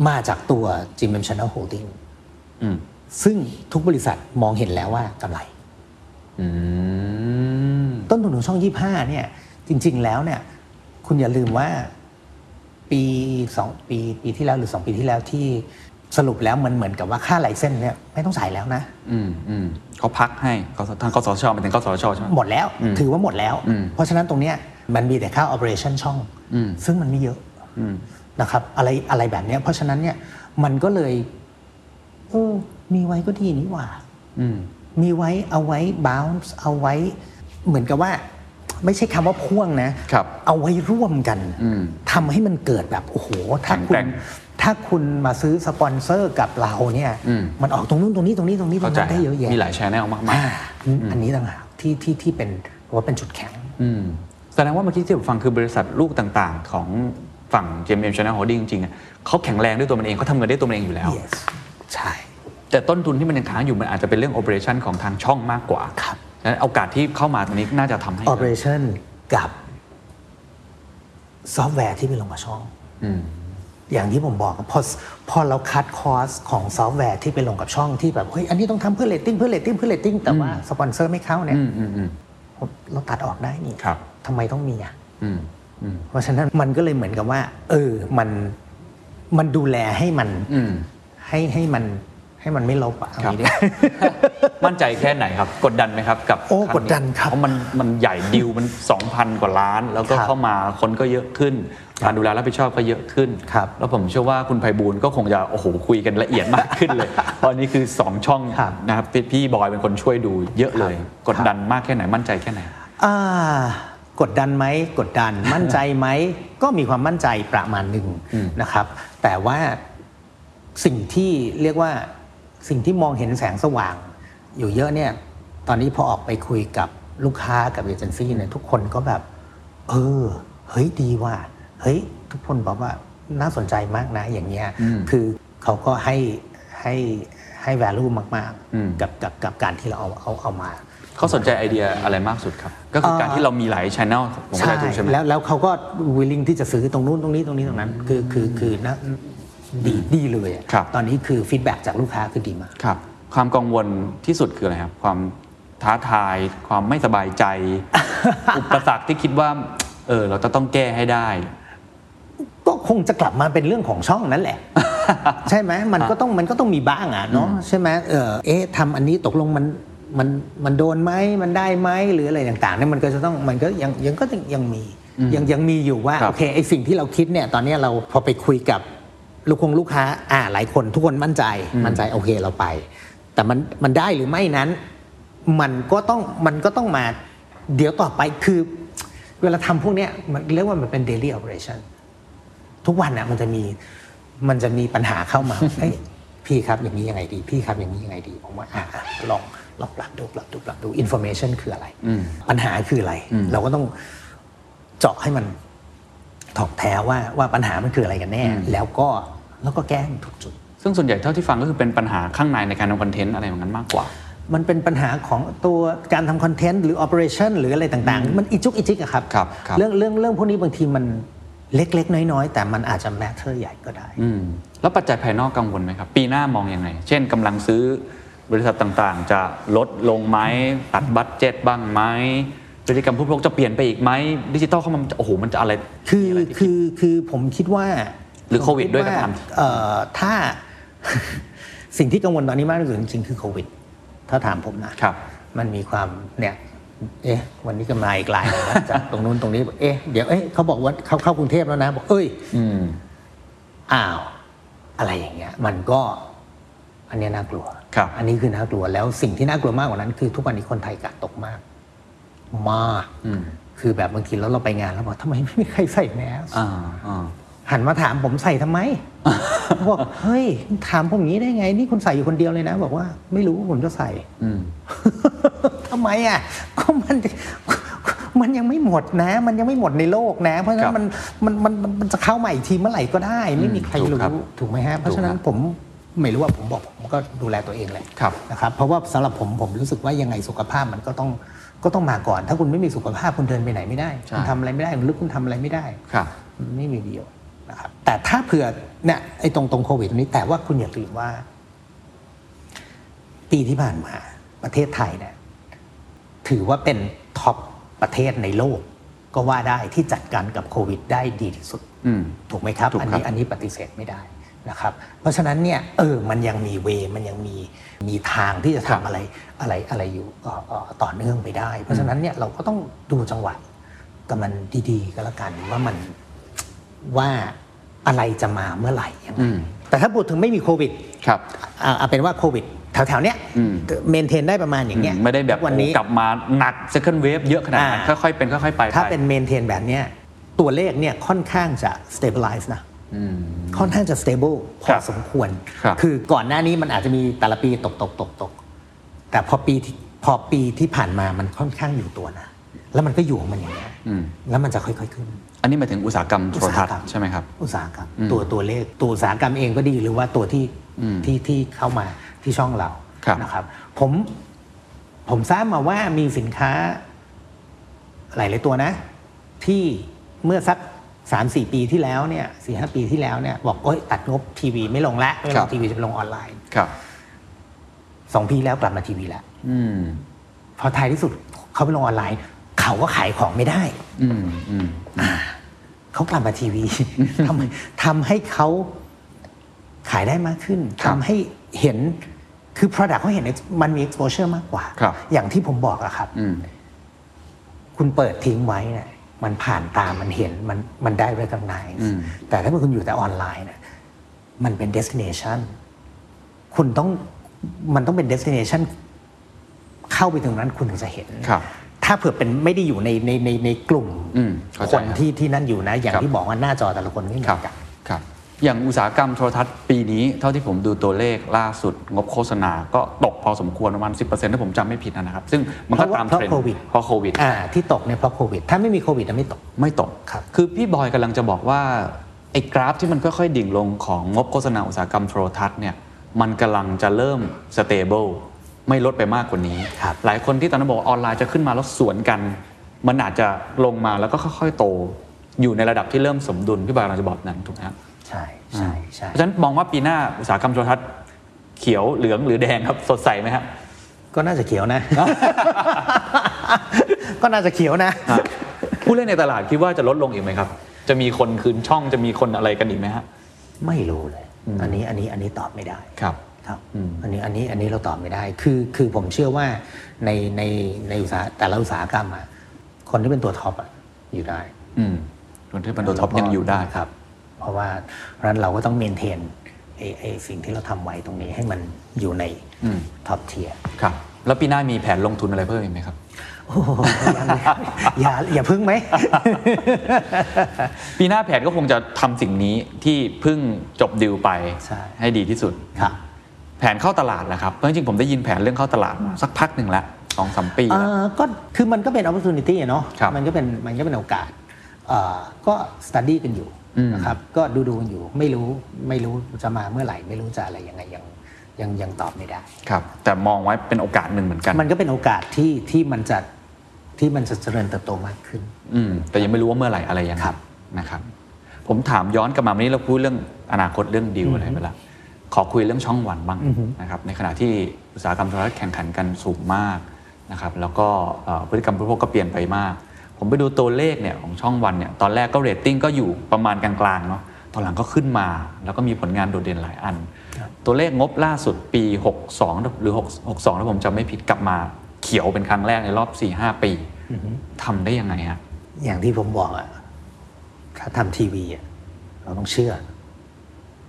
มาจากตัว g m m Channel Holding อืม ซึ่งทุกบริษัทมองเห็นแล้วว่ากำไร อืม ต้นทุนของช่อง 25 เนี่ย จริง ๆ แล้วเนี่ย คุณอย่าลืมว่าปีสองปีปีที่แล้วหรือสองปีที่แล้วที่สรุปแล้วมันเหมือนกับว่าค่าไหลเส้นเนี่ยไม่ต้องจ่ายแล้วนะ อืมอืมเขาพักให้เขาทางกสชเป็นทางกสชใช่ไหม หมดแล้ว อืม ถือว่าหมดแล้ว อืม เพราะฉะนั้นตรงเนี้ยมันมีแต่ค่า operation ช่อง อืม ซึ่งมันไม่เยอะ อืม นะครับอะไรอะไรแบบเนี้ยเพราะฉะนั้นเนี่ยมันก็เลยเออมีไว้ก็ดีนี่หว่า อืม มีไว้เอาไว้ bounce เอาไว้ เหมือนกับว่า ไม่ใช่คำว่าพ่วงนะครับ เอาไว้ร่วมกัน อืม ทำให้มันเกิดแบบโอ้โหถ้าแข็งคุณแกร่ ถ้าคุณมาซื้อสปอนเซอร์กับเราเนี่ย อืม มันออกตรงนู้นตรงนี้ตรงนี้ตรงนี้ตร เข้าง ใจ นั้นได้เยอะแยะ มีหลายชแนลมาก อ่าอันนี้ต่างหากที่ที่ที่เป็นผมว่าเป็นจุดแข็ง ๆอืมแสดงว่าเมื่อกี้ที่ผมฟังคือบริษัทลูกต่างๆ ของฝั่ง JMM Channel Holding จริงๆอะเขาแข็งแรงด้วยตัวมันเองเขาทำเงินได้ตัวมันเองอยู่แล้ว yes ใช่ แต่ต้นทุนที่มันยังค้างอยู่มันอาจจะเป็นเรื่อง operation ของทางช่องมากกว่า ครับ ฉะนั้นโอกาสที่เข้ามาตรงนี้น่าจะทำให้ operation กับซอฟต์แวร์ที่เป็นลงมาช่อง อืม อย่างที่ผมบอกอะพอพอเราคัดคอสของซอฟต์แวร์ที่ไปลงกับช่องที่แบบเฮ้ยอันนี้ต้องทำเพื่อเลตติ้งเพื่อเลตติ้งเพื่อเลตติ้งแต่ว่าสปอนเซอร์ไม่เข้าเนี่ย อืมอืมอืม ผมเราตัดออกได้นี่ ครับ ทำไมต้องมีอ่ะ อืมอืม เพราะฉะนั้นมันก็เลยเหมือนกับว่า เออมันมันดูแลให้มัน อืม ให้ให้มันให้มันไม่ลบอะเอา ครับ งี้ดีกว่า มั่นใจแค่ไหนครับ กดดันไหมครับกับ โอ้ ง กดดันครับ เพราะมันมันใหญ่ดิวมัน 2,000 กว่าล้าน แล้วก็ ครับ เข้ามาคนก็เยอะขึ้นการดูแลรับผิดชอบก็เยอะขึ้น ครับ แล้วผมเชื่อว่าคุณไพบูลย์ก็คงจะโอ้โหคุยกันละเอียดมากขึ้น เลย เพราะอันนี้คือ 2 ช่อง ครับ นะครับพี่พี่บอยเป็นคนช่วยดูเยอะเลย ครับ กดดันมากแค่ไหนมั่นใจแค่ไหน อ่ากดดันไหมกด ดัน มั่นใจไหม ก็มีความมั่นใจประมาณหนึ่ง อืม นะครับ แต่ว่าสิ่งที่เรียกว่าสิ่งที่มองเห็นแสงสว่าง อยู่เยอะเนี่ย ตอนนี้พอออกไปคุยกับลูกค้ากับเอเจนซี่เนี่ยทุกคนก็แบบ เออ เฮ้ยดีว่ะเฮ้ย ทุกคนบอกว่าน่าสนใจมากนะอย่างเงี้ยคือเขาก็ให้ให้ให้ value มากๆ กับกับกับการที่เราเอาเอาเอามา เขาสนใจไอเดียอะไรมากสุดครับ ก็คือการที่เรามีหลายช่องผมเข้าใจถูกใช่ไหม แล้วแล้วเขาก็วิลลิงที่จะซื้อตรงนู้นตรงนี้ตรงนี้ตรงนั้น คือคือคือนะดีดีเลยอะ ครับ ตอนนี้คือฟีดแบ็จากลูกค้าคือดีมาก ครับ ความกังวลที่สุดคืออะไรครับ ความ ท้าทาย ความไม่ส บายใจ อุปสรรคที่คิดว่าเออเราจะต้องแก้ให้ได้ ก็คงจะกลับมาเป็นเรื่องของช่องนั่นแหละ ใช่ไหมมันก็ต้องมันก็ต้องมีบ้างอ่ะเนาะใช่ไหมเออเอ๊ะทำอันนี้ตกลงมันมันมันโดนไหมมันได้ไหมหรืออะไรต่างๆเนี่ยมันก็จะต้องมันก็ยังยังก็ยังมียังยังมีอยู่ว่า ครับ โอเคไอสิ่งที่เราคิดเนี่ยตอนเนี้ยเราพอไปคุยกับลูกคงลูกค้าอ่าหลายคนทุกคนมั่นใจมั่นใจโอเคเราไป แต่มันมันได้หรือไม่นั้น มันก็ต้องมันก็ต้องมาเดี๋ยวต่อไปคือ เวลาทำพวกเนี้ยมันเรียกว่ามันเป็น daily operation ทุกวันน่ะมันจะมีมันจะมีปัญหาเข้ามา เฮ้ยพี่ครับอย่างนี้ยังไงดี พี่ครับอย่างนี้ยังไงดีผมว่าอ่ะอ่ะลองลองปรับดูปรับดูปรับดูอินโฟเมชันคืออะไร ปัญหาคืออะไร เราก็ต้องเจาะให้มันถ่องแท้ว่าว่าปัญหามันคืออะไรกันแน่ แล้วก็แล้วก็แก้ให้ถูกจุด ซึ่งส่วนใหญ่เท่าที่ฟังก็คือเป็นปัญหาข้างในในการทำคอนเทนต์อะไรแบบนั้นมากกว่า มันเป็นปัญหาของตัวการทำคอนเทนต์หรือ operation หรืออะไรต่างๆ มันอิจุกอิจิกอะครับ ครับครับ เรื่องเรื่องเรื่องพวกนี้บางทีมันเล็ก ๆ น้อย ๆ แต่มันอาจจะ matter ใหญ่ก็ได้ อืมแล้วปัจจัยภายนอกกังวลไหมครับ ปีหน้ามองอยังไง เช่นกำลังซื้อบริษัทต่างๆ จะลดลงไหมตัดบัตเจ็ตบ้างไหมพฤติกรรมผู้บริโภคจะเปลี่ยนไปอีกไหมดิจิตอลเข้ามามันจะโอ้โหมันจะอะไร คือคือคือผมคิดว่า หรือโควิดด้วยก็ตาม ผคิเอ่อถ้า สิ่งที่กังวลตอนนี้มากที่สุดจริงๆคือโควิด ถ้าถามผมนะครับ มันมีความเนี่ย เอ๊ะ วันนี้กำไรอีกลายหนึ่งนะจากตรงนู้นตรงนี้เอ๊ะเดี๋ยวเอ๊ะเขาบอกว่าเขาเข้ากรุงเทพแล้วนะบอกเอ้ย อืม อ้าวอะไรอย่างเงี้ยมันก็อันเนี้ยน่ากลัว ครับ อันนี้คือน่ากลัวแล้วสิ่งที่น่ากลัวมากกว่านั้น คือทุกวันนี้คนไทยกาดตกมาก มากคือแบบบางทีแล้วเราไปงานแล้วบอกทำไมไม่มีใครใส่แมส อ่าอ่า หันมาถามผมใส่ทำไมบอกเฮ้ยถามผมอย่างนี้ได้ไง นี่คุณใส่อยู่คนเดียวเลยนะ บอกว่า ไม่รู้ผมจะใส่ อืม ทำไมอ่ะก็มัน มันยังไม่หมดนะ มันยังไม่หมดในโลกนะ เพราะฉะนั้ ครั น บ มันมันมันมันมันจะเข้าใหม่อีกทีเมื่อไหร่ก็ได้ ไม่มีใคร ถูก รู้ ครับ ถูกไหมฮะเพราะฉะนั้น ถูกครับ ผมไม่รู้ว่าผมบอกผมก็ดูแลตัวเองแหละ ครับ นะครับ เพราะว่าสำหรับผมผมรู้สึกว่ายังไงสุขภาพมันก็ต้องก็ต้องมาก่อน ถ้าคุณไม่มีสุขภาพคุณเดินไปไหนไม่ได้คุณทำอะไรไม่ได้หรือคุณทำอะไรไม่ได้ ครับ ไม่มีประโยชน์นะครับ แต่ถ้าเผื่อเนี่ยไอ้ตรงตรงโควิดตรงนี้แต่ว่าคุณอย่าลืมว่า ปีที่ผ่านมา ประเทศไทยเนี่ยถือว่าเป็นท็อปประเทศในโลก ก็ว่าได้ที่จัดการกับโควิดได้ดีที่สุด อืม ถูกไหมครับ ถูก อัน ครั นี้ บ อันนี้ปฏิเสธไม่ได้นะครับ เพราะฉะนั้นเนี่ยเออมันยังมีเวมันยังมีมีทางที่จะทำอะไรอะไรอะไรอยู่เอ่อเอ่อต่อเนื่องไปได้ เพราะฉะนั้นเนี่ยเราก็ต้องดูจังหวะกับมันดีๆก็แล้วกันว่ามันว่าอะไรจะมาเมื่อไหร่ยังไงแต่ถ้าพูดถึงไม่มีโควิด ครับ อ่าเอาเป็นว่าโควิด แถวๆเนี้ย อืม เมนเทนได้ประมาณอย่างเงี้ย ไม่ได้แบบ วันนี้ โอ้กลับมาหนัก second wave เยอะขนาดนั้น อ่า ค่อยๆเป็นค่อยๆไป ถ้า ไป เป็นเมนเทนแบบเนี้ยตัวเลขเนี่ยค่อนข้างจะ stabilize นะ อืม ค่อนข้างจะ stable พ ค อ รับ สมควร ครับ อก่อนหน้านี้มันอาจจะมีแต่ละปีตกตกตกตกแต่พอปีที่พอปีที่ผ่านมามันค่อนข้างอยู่ตัวนะ แล้วมันก็อยู่ของมันอย่างเงี้ย อืม แล้วมันจะค่อยๆขึ้น อันนี้หมายถึงอุตสาหกรรมโทรทัศน์ อุตสาหกรรม ใช่ไหมครับ อุตสาหกรรม ตัวตัวเลขตัวอุตสาหกรรมเองก็ดีหรือว่าตัวที่ที่ที่เข้ามาที่ช่องเรา ครับ นะครับ ผมผมทราบมาว่ามีสินค้า หลายหลายๆตัวนะ ที่เมื่อสักสามสี่ปีที่แล้วเนี่ยสี่ห้าปีที่แล้วเนี่ยบอกโอ๊ยตัดงบทีวีไม่ลงละไม่ลงทีวีจะไปลงออนไลน์ ครับ สองปีแล้วกลับมาทีวีแล้ว อืม พอท้ายที่สุดเขาไปลงออนไลน์ เขาก็ขายของไม่ได้ อืมอืม เขากลับมา ทีวี ทำให้ทำให้เขาขายได้มากขึ้น ครับ ทำให้เห็นคือ Product เขาเห็น ex- มันมี exposure มากกว่า ครับ อย่างที่ผมบอกอะครับ อืม คุณเปิดทิ้งไว้เนี่ยมันผ่านตามันเห็นมันมันได้ recognize แต่ถ้าเมื่อคุณอยู่แต่ออนไลน์เนี่ยมันเป็น destination คุณต้องมันต้องเป็น destination เข้าไปถึงนั้นคุณถึงจะเห็น ครับ ถ้าเผื่อเป็นไม่ได้อยู่ในในในในกลุ่ม อืมเข้าใจ คน ครับ ที่ที่นั่นอยู่นะ อย่าง ครับ ที่บอกว่าหน้าจอแต่ละคนไม่เหมื ครั อบ นกัน ครับ อย่างอุตสาหกรรมโทรทัศน์ปีนี้ เท่าที่ผมดูตัวเลขล่าสุด งบโฆษณาก็ตกพอสมควรประมาณ 10%ถ้าผมจำไม่ผิดนะครับ ซึ่งมันก็ เพราะว่า ตาม เพ เท ราะ รนด์ โควิด เพราะโควิด อ่าที่ตกเนี่ยเพราะโควิด ถ้าไม่มีโควิดจะไม่ตก ไม่ตก ครับ คือพี่บอยกำลังจะบอกว่า ไอ้กราฟที่มันค่อยๆ ดิ่งลงของงบโฆษณาอุตสาหกรรมโทรทัศน์เนี่ย มันกำลังจะเริ่มสเตเบิลไม่ลดไปมากกว่านี้ ครับ หลายคนที่ตอนนั้นบอกว่าออนไลน์จะขึ้นมาแล้วสวนกัน มันอาจจะลงมาแล้วก็ค่อยๆ โต อยู่ในระดับที่เริ่มสมดุลพี่บอยกำลังจะบอกนั้นถูกไหมครับ ใช่ใช่ใช่ เพราะฉะนั้นมองว่าปีหน้าอุตสาหกรรมโทรทัศน์เขียวเหลืองหรือแดงครับสดใสไหมครับ ก็น่าจะเขียว นะ ก็น่าจะเขียวนะ ผู้เล่นในตลาดคิดว่าจะลดลงอีกไหมครับ จะมีคนคืนช่องจะมีคนอะไรกันอีกไหมฮะ ไม่รู้เลย อันนี้อันนี้อันนี้ตอบไม่ได้ ครับ ครับ อืม อันนี้อันนี้อันนี้เราตอบไม่ได้ คือคือผมเชื่อว่าในในในอุตสาหแต่ละอุตสาหกรรมอะคนที่เป็นตัวท็อปอะอยู่ได้ อืมคนที่เป็นตัวท็อปยังอยู่ได้ ครับ เพราะว่าเพราะฉะนั้นเราก็ต้องเมนเทนไอไอสิ่งที่เราทำไว้ตรงนี้ให้มันอยู่ใน อืม ท็อปเทียร์ ครับ แล้วปีหน้ามีแผนลงทุนอะไรเพิ่มอีกไหมครับ อย่าอย่าพึ่งไหม ปีหน้าแผนก็คงจะทำสิ่งนี้ที่เพิ่งจบดิวไป ใช่ ดีที่สุด ครับ แผนเข้าตลาดนะครับเพราะจริงๆผมได้ยินแผนเรื่องเข้าตลาดมาสักพักหนึ่งแล้วสองสามปี เอ่ แล้ว อก็คือมันก็เป็น opportunity อะเนาะ ครับ มันก็เป็นมันก็เป็นโอกาสเอ่อก็ study กันอยู่ อืม นะครับ ก็ดูดูๆกันอยู่ไม่รู้ไม่รู้จะมาเมื่อไหร่ ไม่รู้จะอะไรยังไงยังยังยังตอบไม่ได้ ครับ แต่มองไว้เป็นโอกาสหนึ่งเหมือนกัน มันก็เป็นโอกาสที่ที่มันจะที่มันจะเจริญเติบโตมากขึ้น อืมแต่ยังไม่รู้ว่าเมื่อไหร่อะไรยังไง ครับ นะครับ ผมถามย้อนกลับมาวันนี้เราพูดเรื่องอนาคตเรื่องดีลอะไรไปละขอคุยเรื่องช่องวันบ้างนะครับในขณะที่อุตสาหกรรมโทรทัศน์แข่งขันกันสูงมากนะครับแล้วก็เอ่อพฤติกรรมผู้บริโภคก็เปลี่ยนไปมาก ผมไปดูตัวเลขเนี่ยของช่องวันเนี่ยตอนแรกก็เรตติ้งก็อยู่ประมาณกลางๆเนาะตอนหลังก็ขึ้นมา แล้วก็มีผลงานโดดเด่นหลายอัน ตัวเลขงบล่าสุดปี 62 หรือ6 62ถ้าผมจำไม่ผิดกลับมาเขียวเป็นครั้งแรกในรอบ 4-5 ปีทำได้ยังไงฮะ อย่างที่ผมบอกอะถ้าทำทีวีอะเราต้องเชื่อ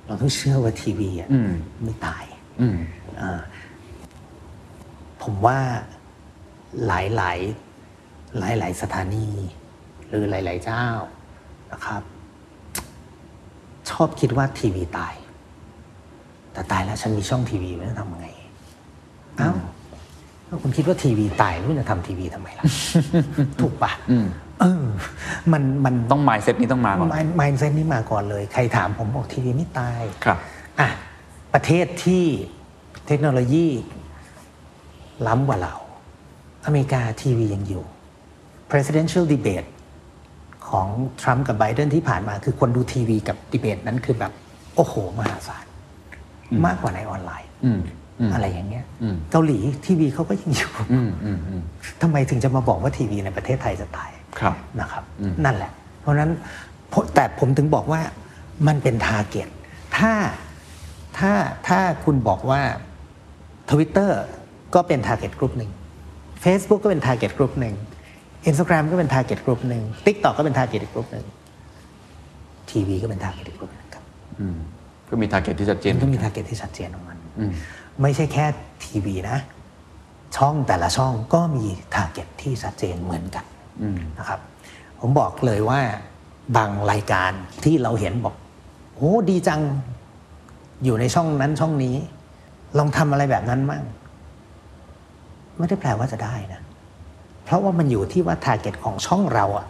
เราต้องเชื่อว่าทีวีอะ อืม ไม่ตาย อืม อ่าผมว่าหลายหลายหลายหลายๆสถานี หรือหลาย ๆ เจ้านะครับ ชอบคิดว่าทีวีตาย แต่ตายแล้วฉันมีช่องทีวีไว้จะทำไง เอ้าถ้าคุณคิดว่าทีวีตายแล้วคุณจะทำทีวีทำไม ล่ะ ถูกปะ อืม เออ มันมัน ต้องมายเซ็ตนี้ต้องมาก่อน มายเซนนี่มาก่อนเลย ใครถามผมบอกทีวีไม่ตาย ครับ อ่ะประเทศที่เทคโนโลยีล้ำกว่าเรา อเมริกาทีวียังอยู่ presidential debate ของทรัมป์กับไบเดนที่ผ่านมาคือคนดูทีวีกับดีเบตนั้นคือแบบ โอ้โห มหาศาล มากกว่าในออนไลน์ อืม อืม อะไรอย่างเงี้ย อืม เกาหลีทีวีเขาก็ยังอยู่ อืมอืมอืม ทำไมถึงจะมาบอกว่าทีวีในประเทศไทยจะตาย ครับ นะครับ อืม นั่นแหละ เพราะฉะนั้นเพราะแต่ผมถึงบอกว่ามันเป็นทาร์เก็ตถ้าถ้าถ้าคุณบอกว่า Twitter ก็เป็นทาร์เก็ตกลุ่มหนึ่ง Facebook ก็เป็นทาร์เก็ตกลุ่มหนึ่ง Instagram ก็เป็นทาร์เก็ตกลุ่มหนึ่ง TikTok ก็เป็นทาร์เก็ตกลุ่มหนึ่งทีวีก็เป็นทาร์เก็ตกลุ่มหนึ่งครับ อืมก็มีทาร์เก็ตที่ชัดเจน มันก็มีทาร์เก็ตที่ชัดเจนของมัน อืม ไม่ใช่แค่ทีวีนะ ช่องแต่ละช่องก็มีทาร์เก็ตที่ชัดเจนเหมือนกัน อืม นะครับผมบอกเลยว่าบางรายการที่เราเห็นบอกโอ้ดีจังอยู่ในช่องนั้นช่องนี้ ลองทำอะไรแบบนั้นมั่งไม่ได้แปลว่าจะได้นะ เพราะว่ามันอยู่ที่ว่าทาร์เก็ตของช่องเราอ่ะ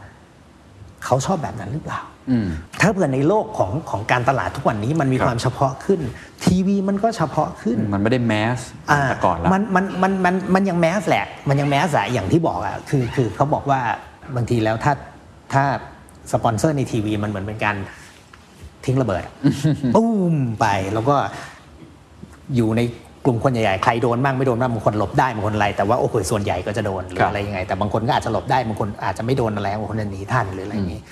เขาชอบแบบนั้นหรือเปล่า อืม ถ้าเผื่อในโลกของของการตลาดทุกวันนี้มันมี ครับ ความเฉพาะขึ้น ทีวีมันก็เฉพาะขึ้น มันไม่ได้แมส อ่า แต่ก่อนละ มันมันมันมันมันยังแมสแหละ มันยังแมสอะอย่างที่บอกอะคือคือเขาบอกว่าบางทีแล้วถ้าถ้าสปอนเซอร์ในทีวีมันเหมือนเป็นการทิ้งระเบิ ดอะ ปุ้มไปแล้วก็อยู่ในกลุ่มคนใหญ่ๆ ใครโดนบ้างไม่โดนบ้างบางคนหลบได้บางคนอะไร แต่ว่าโอ้โหส่วนใหญ่ก็จะโดนหรืออะไรยังไง แต่บางคนก็อาจจะหลบได้บางคนอาจจะไม่โดนอะไรบางคนหนีทันหรืออะไรอย่างนี้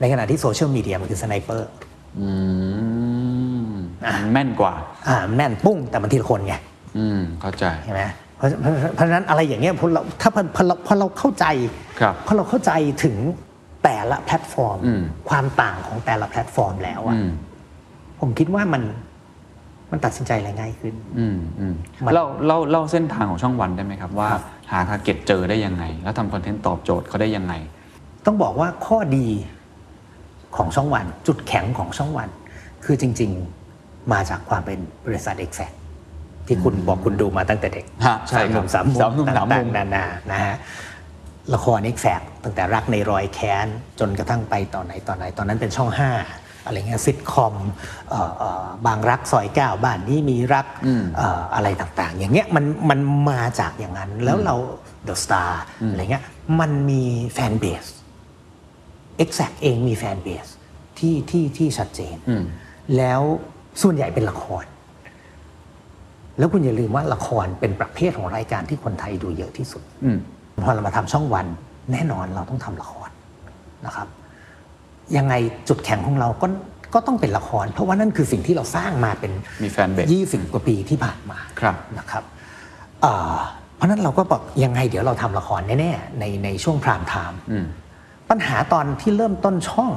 ในขณะที่โซเชียลมีเดียมันคือสไนเปอร์ อืมมันแม่นกว่า อ่ามันแม่นปุ้งแต่มันทีละคนไง อืม เข้าใจ ใช่ไหมเพราะเพราะเพราะฉะนั้นอะไรอย่างเงี้ยพอเราถ้าพอพอเราพอเราเข้าใจ ครับ พอเราเข้าใจถึงแต่ละแพลตฟอร์ม อืม ความต่างของแต่ละแพลตฟอร์มแล้วอะ อืม ผมคิดว่ามันมันตัดสินใจอะไรง่ายขึ้น อืมอืม มัน เล่าเล่าเล่าเส้นทางของช่องวันได้ไหมครับ ว่า ครับ หาทาร์เก็ตเจอได้ยังไง แล้วทำคอนเทนต์ตอบโจทย์เขาได้ยังไง ต้องบอกว่าข้อดีของช่องวัน จุดแข็งของช่องวัน คือจริง ๆมาจากความเป็นบริษัทเอกแซที่คุณบอกคุณดูมาตั้งแต่เด็ก ฮะใช่ สามห ครั นุ่ บ มสาสามมุมมหนุ่มสามมุม ต่างๆนานานะฮะละครเอกแซตั้งแต่รักในรอยแค้น จนกระทั่งไปตอนไหนตอนไหน ตอนนั้นเป็นช่องห้าอะไรเงี้ยซิทคอมเอ่อเอ่อบางรักซอยเก้าบ้านนี้มีรักเอ่ออะไรต่างๆ อย่างเงี้ยมันมันมาจากอย่างนั้นแล้วเราเดอะสตาร์อะไรเงี้ยมันมีแฟนเบส Exact เองมีแฟนเบสที่ที่ที่ชัดเจน แล้วส่วนใหญ่เป็นละคร แล้วคุณอย่าลืมว่าละครเป็นประเภทของรายการที่คนไทยดูเยอะที่สุด อืม พอเรามาทำช่องวันแน่นอนเราต้องทำละครนะครับ ยังไงจุดแข็งของเราก็ก็ต้องเป็นละคร เพราะว่านั่นคือสิ่งที่เราสร้างมาเป็น มีแฟนเบส ยี่สิบกว่าปีที่ผ่านมา ครับ นะครับเอ่อเพราะฉะนั้นเราก็บอกยังไงเดี๋ยวเราทำละครแน่ๆในในช่วงพรามไทม์ปัญหาตอนที่เริ่มต้นช่อง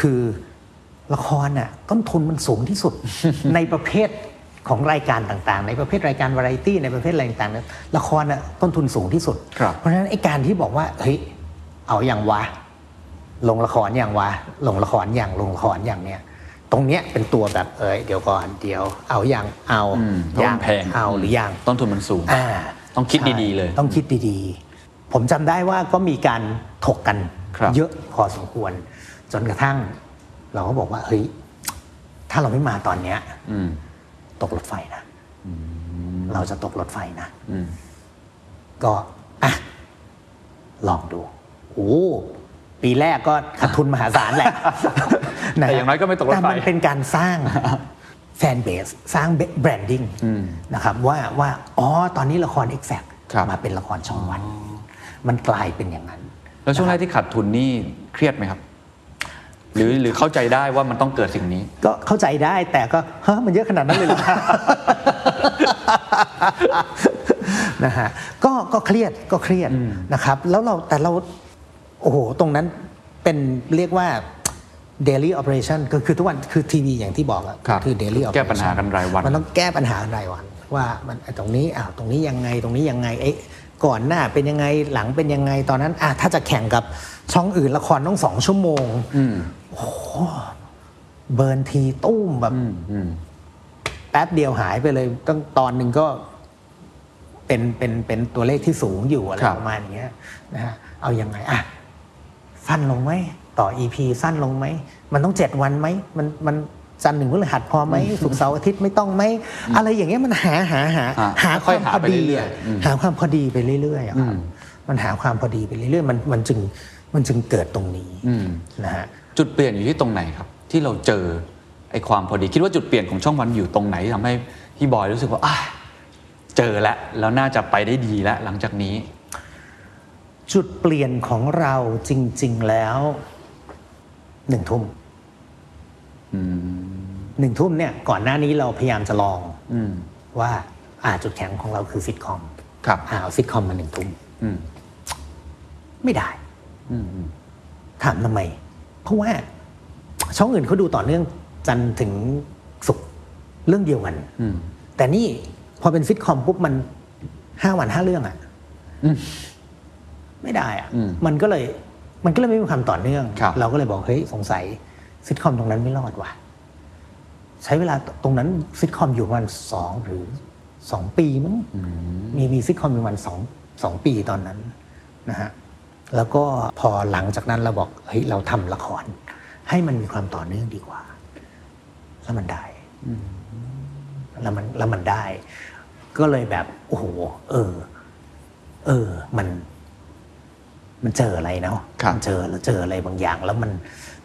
คือละครน่ะต้นทุนมันสูงที่ สุด ในประเภทของรายการต่างๆ ในประเภทรายการวาไรตี้ในประเภทอะไรต่างๆเนี่ยละครน่ะต้นทุนสูงที่สุด ครับ เพราะฉะนั้นไอ้การที่บอกว่าเฮ้ยเอาอย่างวะ ลงละครอย่างวะ ลงละครอย่างลงละครอย่างเนี้ยตรงเนี้ยเป็นตัวแบบเอ้ยเดี๋ยวก่อนเดี๋ยวเอาอย่างเอา อืมเพราะ อ มั ย่าง นแพง เอาหรืออย่าง ต้นทุนมันสูง อ่า ต้องคิด ใช่ ดีๆเลย ต้องคิดดีๆ ผมจำได้ว่าก็มีการถกกัน ครับ เยอะพอสมควร จนกระทั่ง เราก็บอกว่าเฮ้ยถ้าเราไม่มาตอนเนี้ย อืม ตกรถไฟนะ เราจะตกรถไฟนะ อืม ก็อ่ะลองดู โอ้ปีแรกก็ขาดทุนมหาศาลแหละนะ แต่อย่างน้อยก็ไม่ตกรถไฟ แต่มันเป็นการส ร้างแฟนเบส สร้างแบรนดิ้งนะครับ ว่าว่า อ๋อ ตอนนี้ละคร Exact ครับ มาเป็นละครช่องวัน มันกลายเป็นอย่างนั้น แล้วช่วงแรกที่ขาดทุนนี่เครียดไหมครับ หรือหรือเข้าใจได้ว่ามันต้องเกิดสิ่งนี้ ก็เข้าใจได้แต่ก็เฮ้ยมันเยอะขนาดนั้นเลยเหรอ นะฮะก็ก็เครียดก็เครียดนะครับ แล้วเราแต่เราโอ้โห ตรงนั้นเป็นเรียกว่า daily operation ก็คือทุกวันคือทีวีอย่างที่บอกอะ ครับ คือ daily แก้ operation ปัญหากันรายวัน มันต้องแก้ปัญหากันรายวัน ว่ามันไอ้ตรงนี้อ้าวตรงนี้ยังไงตรงนี้ยังไงไอ้ก่อนหน้าเป็นยังไงหลังเป็นยังไงตอนนั้นอ่ะถ้าจะแข่งกับช่องอื่นละครต้องสองชั่วโมง อืม เบิร์นทีตุ้มแบบ อืมอืม แป๊บเดียวหายไปเลยตั้งตอนหนึ่งก็เป็นเป็นเป็นตัวเลขที่สูงอยู่อะไร ครับ ประมาณเนี้ยนะฮะเอายังไงอ่ะสั้นลงไหมต่อ EP สั้นลงไหม มันต้องเจ็ดวันไหมมันมันจันทร์หนึ่งพฤหัสพอไหมศุกร์เสาร์อาทิตย์ไม่ต้องไหม อะไรอย่างเงี้ยมันหาหาหา หา ค ค่อยว าม หา พอ ไป ดี เรื่อย อะ ๆอืม หาความพอดีไปเรื่อยๆอะครับ อืม มันหาความพอดีไปเรื่อยๆมันมันจึงมันจึงเกิดตรงนี้ อืม นะฮะ จุดเปลี่ยนอยู่ที่ตรงไหนครับ ที่เราเจอไอ้ความพอดีคิดว่าจุดเปลี่ยนของช่องวันอยู่ตรงไหนที่ทำให้พี่บอยรู้สึกว่าอ่ะเจอแล้วแล้วน่าจะไปได้ดีแล้วหลังจากนี้ จุดเปลี่ยนของเราจริง ๆ แล้วหนึ่งทุ่มหนึ่งทุ่มเนี่ยก่อนหน้านี้เราพยายามจะลอง อืม ว่าอ่าจุดแข็งของเราคือซิทคอม ครับ อ่าเอาซิทคอมมาหนึ่งทุ่ม อืม ไม่ได้ อืมอืม ถามทำไม เพราะว่า ช่องอื่นเขาดูต่อเนื่องจันทร์ถึงศุกร์เรื่องเดียวกัน อืม แต่นี่พอเป็นซิทคอมปุ๊บมันห้าวันห้าเรื่องอะ่ะ อืม ไม่ได้อะ่ะ อืม มันก็เลยมันก็เลยไม่มีความต่อเนื่อง ครับ เราก็เลยบอกเฮ้ยสงสัยซิทคอมตรงนั้นไม่รอดว่ะใช้เวลาตรงนั้นซิทคอมอยู่ประมาณสองหรือสองปีมั้งมีมีซิทคอมอยู่ประมาณสองสองปีตอนนั้นนะฮะแล้วก็พอหลังจากนั้นเราบอกเฮ้ยเราทำละคร ให้มันมีความต่อเนื่องดีกว่า แล้วมันได้ แล้วมันแล้วมันได้ ก็เลยแบบ โอ้โห เออ เออ มัน มันเจออะไรเนาะ ครับ มันเจอแล้วเจออะไรบางอย่าง แล้วมัน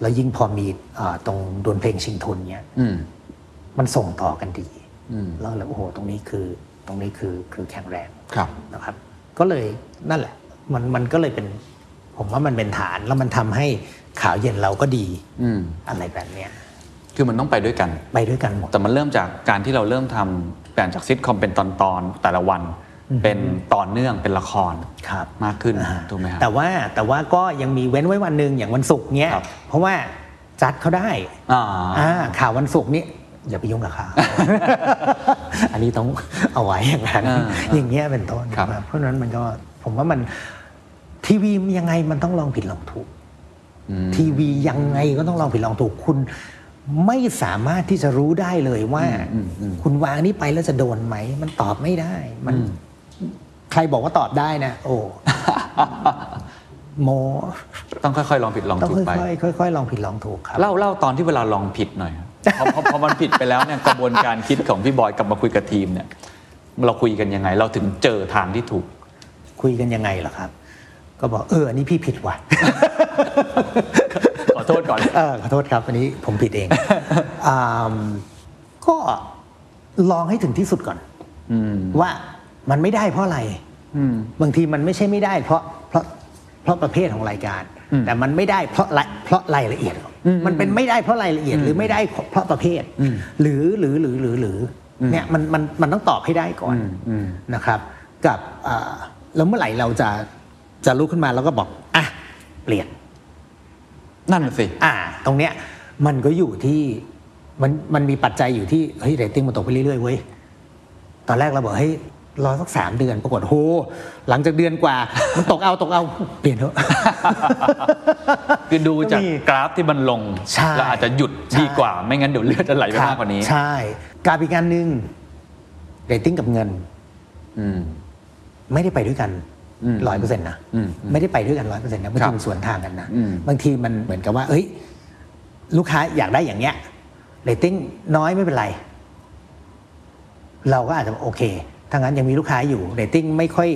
แล้วยิ่งพอมีเอ่อตรงดวลเพลงชิงทุนเนี้ย อืม มันส่งต่อกันดี อืม แล้วแล้วโอ้โห ตรงนี้คือ ตรงนี้คือคือแข็งแรง ครับ นะครับก็เลยนั่นแหละมันมันก็เลยเป็น ผมว่ามันเป็นฐานแล้วมันทำให้ข่าวเย็นเราก็ดี อืม อะไรแบบเนี้ย คือมันต้องไปด้วยกัน ไปด้วยกันหมด แต่มันเริ่มจากการที่เราเริ่มทำเปลี่ยนจากซิทคอมเป็นตอนตอนๆแต่ละวัน เป็นต่อเนื่องเป็นละคร ครับ มากขึ้น อ่า ถูกไหมครับ แต่ว่าแต่ว่าก็ยังมีเว้นไว้วันหนึ่งอย่างวันศุกร์เนี้ย ครับ เพราะว่าจัดเขาได้ อ่า อ่าข่าววันศุกร์นี้อย่าไปยุ่งกับ ข่าว อันนี้ต้อง เอาไว้อย่างนั้น อ่า อย่างเงี้ยเป็นต้น ครับ เพราะฉะนั้นมันก็ผมว่ามันทีวีมันยังไงมันต้องลองผิดลองถูก อืม ทีวียังไงก็ต้องลองผิดลองถูกคุณ ไม่สามารถที่จะรู้ได้เลยว่า อืมอืม คุณวางนี้ไปแล้วจะโดนไหม มันตอบไม่ได้ มันใครบอกว่าตอบได้นะ โอ้ โม ต้องค่อยๆลองผิดลอง ต้อง ถูกไป ค่อยๆค่อยๆลองผิดลองถูกครับ เล่าเล่าตอนที่เวลาลองผิดหน่อยครับพอพอพอมันผิดไปแล้วเนี่ยกระบวนการคิดของพี่บอยกลับมาคุยกับทีมเนี่ยเราคุยกันยังไง เราถึงเจอทางที่ถูก คุยกันยังไงล่ะครับ ก็บอกเอออันนี้พี่ผิดว่ะ ขอโทษก่อน เออขอโทษครับ อันนี้ ผมผิดเอง อ่ามก็ลองให้ถึงที่สุดก่อน ว่ามันไม่ได้เพราะอะไร อืม บางทีมันไม่ใช่ไม่ได้ เพราะเพราะเพราะประเภทของรายการ แต่มันไม่ได้เพราะรายเพราะรายละเอียด มันเป็นไม่ได้เพราะรายละเอียดหรือไม่ได้เพราะประเภท หรือหรือหรือหรือหรืออเนี่ยมันมันมันต้องตอบให้ได้ก่อนนะครับ กับเอ่อแล้วเมื่อไหร่เราจะจะลุกขึ้นมาแล้วก็บอกอ่ะเปลี่ยน นั่นน่ะสิ อ่า ตรงเนี้ยมันก็อยู่ที่มันมันมีปัจจัยอยู่ที่เฮ้ยเรตติ้งมันตกไปเรื่อยๆเว้ยตอนแรกเราบอกเฮ้ยรอสักสามเดือนปรากฏโหหลังจากเดือนกว่า มันตกเอาตกเอาเปลี่ยนเถอะ คือดูจาก ก็มี กราฟที่มันลง ใช่ แล้วอาจจะหยุด ใช่ ดีกว่า ไม่งั้นเดี๋ยวเลือดจะไหลไปมากกว่านี้ ใช่การอีกการหนึ่งเรตติ้งกับเงิน อืม ไม่ได้ไปด้วยกัน อืม ร้อยเปอร์เซ็นต์นะ อืม ไม่ได้ไปด้วยกันร้อยเปอร์เซ็นต์นะบาง ครั ที บ มันสวนทางกันนะ อืม บางทีมันเหมือนกับว่า เอ้ย ลูกค้าอยากได้อย่างเนี้ยเรตติ้งน้อยไม่เป็นไร เราก็อาจจะบอกโอเคถ้างั้นยังมีลูกค้าอยู่เรตติ้งไม่ค่อย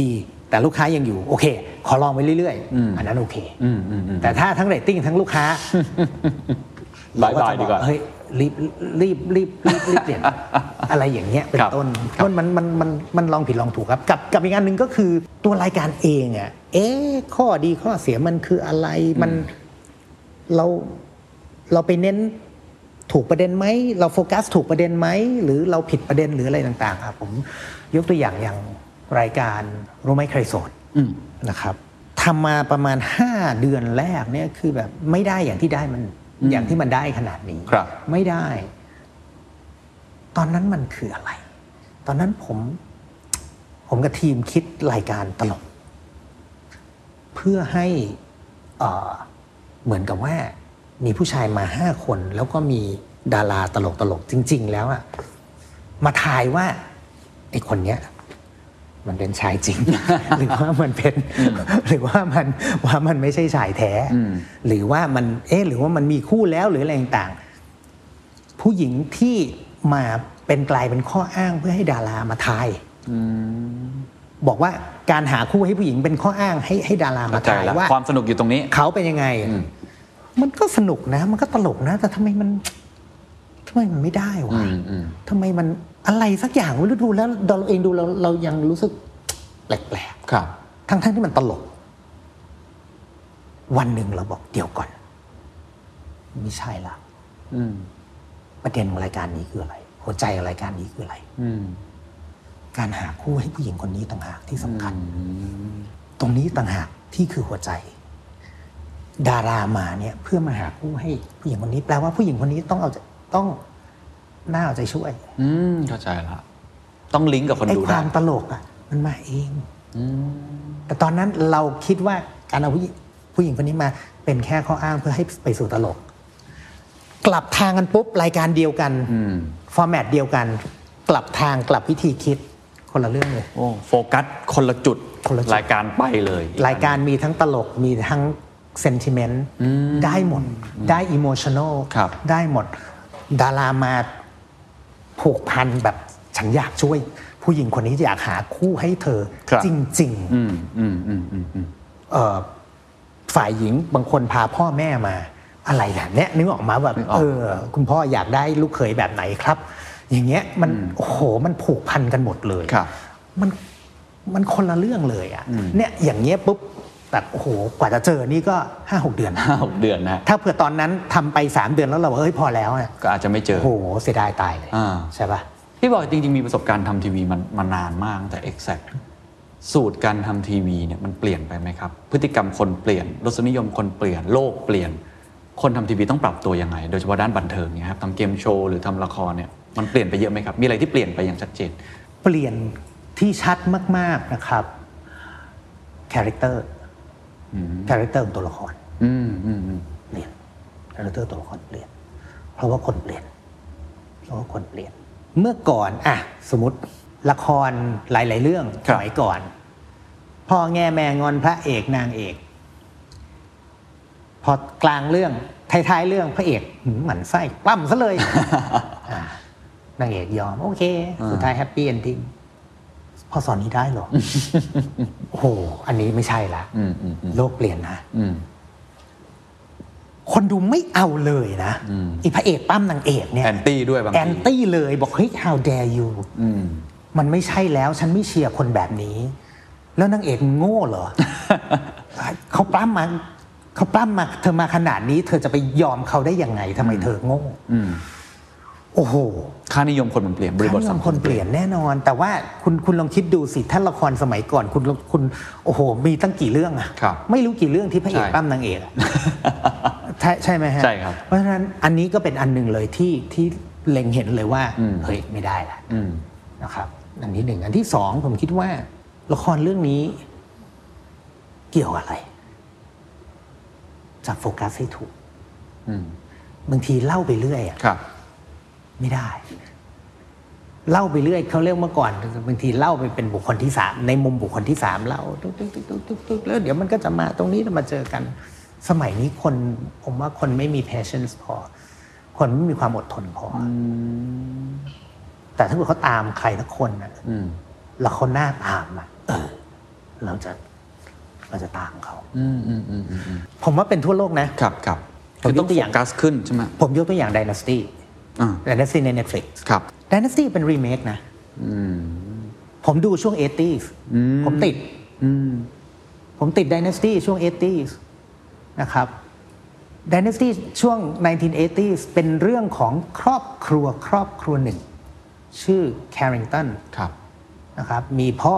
ดี แต่ลูกค้ายังอยู่ โอเค ขอลองไปเรื่อยๆ อันนั้นโอเค อืมอืมอืม แต่ถ้าทั้งเรตติ้งทั้งลูก ค้า บ๊ายบายดีกว่า เรจะบอเฮ้ยรีบรีบรีบรีบรีบ เปลี่ยน อะไรอย่างเงี้ยเป็น ครับ ต้น ครับ มันมันมันมันมันลองผิดลองถูกครับ กับกับอีกอันหนึ่งก็คือตัวรายการเองอ่ะเอ๊ะข้อดีข้อเสียมันคืออะไรมันเราเราไปเน้นถูกประเด็นไหมเราโฟกัสถูกประเด็นไหมหรือเราผิดประเด็นหรืออะไรต่างๆครับผมยกตัวอย่างอย่างรายการรู้ไหมใครโสด อืม นะครับทำมาประมาณ 5 เดือนแรกเนี่ยคือแบบไม่ได้อย่างที่ได้มันอย่างที่มันได้ขนาดนี้ ครับ ไม่ได้ ตอนนั้นมันคืออะไร ตอนนั้นผม ผมกับทีมคิดรายการตลก เพื่อให้เอ่อเหมือนกับว่า มีผู้ชายมาห้าคน แล้วก็มีดาราตลกตลกๆจริง ๆ แล้วอะมาทายว่าไอคนเนี้ย มันเป็นชายจริง หรือว่ามันเป็นหรือว่ามันว่ามันไม่ใช่ชายแท้ หรือว่ามันเอ๊ะหรือว่ามันมีคู่แล้วหรืออะไรต่างๆ ผู้หญิงที่มาเป็นกลายเป็นข้ออ้างเพื่อให้ดารามาทาย บอกว่าการหาคู่ให้ผู้หญิงเป็นข้ออ้างให้ให้ดารา เข้า มา ใจ ทาย แล้ว ว่า ความสนุกอยู่ตรงนี้ เขาเป็นยังไง มันก็สนุกนะ มันก็ตลกนะ แต่ทำไมมันทำไมมันไม่ได้วะ อืมอืม ทำไมมันอะไรสักอย่างไม่รู้ดูแล้วเราเองดูเราเรายังรู้สึกแปลก ครับ ๆ ทั้งๆที่มันตลก วันหนึ่งเราบอกเดี๋ยวก่อน ไม่ใช่ละ อืม ประเด็นของรายการนี้คืออะไร หัวใจของรายการนี้คืออะไร อืม การหาคู่ให้ผู้หญิงคนนี้ต่างหากที่สำคัญ ตรงนี้ต่างหากที่คือหัวใจ ดารามาเนี่ยเพื่อมาหาคู่ให้ผู้หญิงคนนี้ แปลว่าผู้หญิงคนนี้ต้องเอาใจต้องน่าเอาใจช่วย อืม เข้าใจละ ต้องลิงก์กับคน ไอ้ ดู ค ได้ วามตลกอ่ะ มันมาเอง อืม แต่ตอนนั้นเราคิดว่าการเอาผู้หญิงผู้หญิงคนนี้มาเป็นแค่ข้ออ้างเพื่อให้ไปสู่ตลก กลับทางกันปุ๊บรายการเดียวกัน อืม ฟอร์แมตเดียวกัน กลับทางกลับวิธีคิดคนละเรื่องเลย โอ้โฟกัสคนละจุด คนละจุด รายการไปเลย รายการมีทั้งตลกมีทั้งเซนติเมนต์ได้หมด ได้อิโมชัน a ล ครับ ได้หมด ดารามาผูกพันแบบฉันอยากช่วย ผู้หญิงคนนี้อยากหาคู่ให้เธอ ครับ จริง อืมอืมอืมอืมอืม ๆเอ่อฝ่ายหญิงบางคนพาพ่อแม่มาอะไรแบบเนี้ยนึกออกมาแบบ นึกออก เออ คุณพ่ออยากได้ลูกเขยแบบไหนครับ อย่างเงี้ยมันโอ้โหมันผูกพันกันหมดเลย ครับ มันมันคนละเรื่องเลยอะ่ะเนี่ยอย่างเงี้ยปุ๊บแบบโอ้โหกว่าจะเจอนี่ก็ห้าหกเดือน ห้าหกเดือนนะ ถ้าเผื่อตอนนั้นทำไปสามเดือนแล้วเราบอกเอ้ยพอแล้วเนี่ย ก็อาจจะไม่เจอ โอ้โหเสียดายตายเลย อ่า ใช่ปะ พี่บอยจริง ๆ มีประสบการณ์ทำทีวีมันมานานมากตั้งแต่ exact สูตรการทำทีวีเนี่ยมันเปลี่ยนไปไหมครับ พฤติกรรมคนเปลี่ยนรสนิยมคนเปลี่ยนโลกเปลี่ยน คนทำทีวีต้องปรับตัวยังไง โดยเฉพาะด้านบันเทิงเนี่ยครับทำเกมโชว์หรือทำละครเนี่ยมันเปลี่ยนไปเยอะไหมครับ มีอะไรที่เปลี่ยนไปอย่างชัดเจน เปลี่ยนที่ชัดมาก ๆนะครับคาแรคเตอร์คาแรคเตอร์ของตัวละคร อืมอืมอืม เปลี่ยนคาแรคเตอร์ตัวละครเปลี่ยน เพราะว่าคนเปลี่ยน เพราะว่าคนเปลี่ยน เมื่อก่อนอ่ะสมมติละครหลาย ๆ เรื่องสมัยก่อน พ่อแง่แม่งอนพระเอกนางเอก พอกลางเรื่องท้ายๆเรื่องพระเอกหืมหมันไส้ปั้มซะเลย อ่านางเอกยอม โอเค สุดท้ายแฮปปี้เอนดิ้งพอสอนนี้ได้เหรอ โอ้โหอันนี้ไม่ใช่ละ อืมอืมอืม โลกเปลี่ยนนะ อืม คนดูไม่เอาเลยนะ อืม ไอีพระเอกปั้มนางเอกเนี่ย แอนตี้ด้วยบาง แอ ที นตี้เลยบอกเฮ้ย how dare you อืม มันไม่ใช่แล้วฉันไม่เชียร์คนแบบนี้ แล้วนางเอกมันโง่ เหรอ เขาปั้มมาเขาปั้มมา เธอมาขนาดนี้ เธอจะไปยอมเขาได้ยังไงทำไมเธอโง่โอ้โห ค่านิยมคนมันเปลี่ยนบริบทสังค คน ม เปลี่ยนแน่นอน แต่ว่าคุณคุณลองคิดดูสิท่านละครสมัยก่อนคุณคุณโอ้โห มีตั้งกี่เรื่องอะ ครับ ไม่รู้กี่เรื่องที่พระเอก ใช่ ปั้มนางเอก อะ ใช่ใช่ไหมฮะ ใช่ครับ เพราะฉะนั้นอันนี้ก็เป็นอันหนึ่งเลยที่ที่เล็งเห็นเลยว่า อืม เฮ้ยไม่ได้ละ อืม นะครับ อันที่หนึ่งอันที่สองผมคิดว่า ละครเรื่องนี้เกี่ยวอะไรจับโฟกัสให้ถูก อืม บางทีเล่าไปเรื่อยอะ ครับ ไม่ได้ เล่าไปเรื่อยเขาเรียกเมื่อก่อนบางทีเล่าไปเป็นบุคคลที่สามในมุมบุคคลที่สามเล่าตุ๊กตุ๊กตุ๊กตุ๊กตุ๊กตุ๊กแล้วเดี๋ยวมันก็จะมาตรงนี้แล้วมาเจอกัน สมัยนี้คนผมว่าคนไม่มี patience พอ คนไม่มีความอดทนพออแต่ถ้าเกิดเขาตามใครทักคนนะ อืม แล้วเขาหน้าตามอ่ะเออ เราจะเราจะตามเขา อืมอืมอืมอืมอืม ผมว่าเป็นทั่วโลกนะ ครับครับ ผม คือต้อง ยกตัว โฟ อย่าง กัสขึ้นใช่ไหม ผมยกตัวอย่าง Dynasty อ่า Dynasty ใน Netflix ครับ Dynasty เป็น remake นะ อืม ผมดูช่วงเอตี้ อืม ผมติด อืม ผมติดด y น a สตี้ช่วงเอตี้นะครับด y น a สตี้ช่วง 1980 เป็นเรื่องของครอบครัวครอบครัวหนึ่ง ชื่อ Carrington ครับ นะครับ มีพ่อ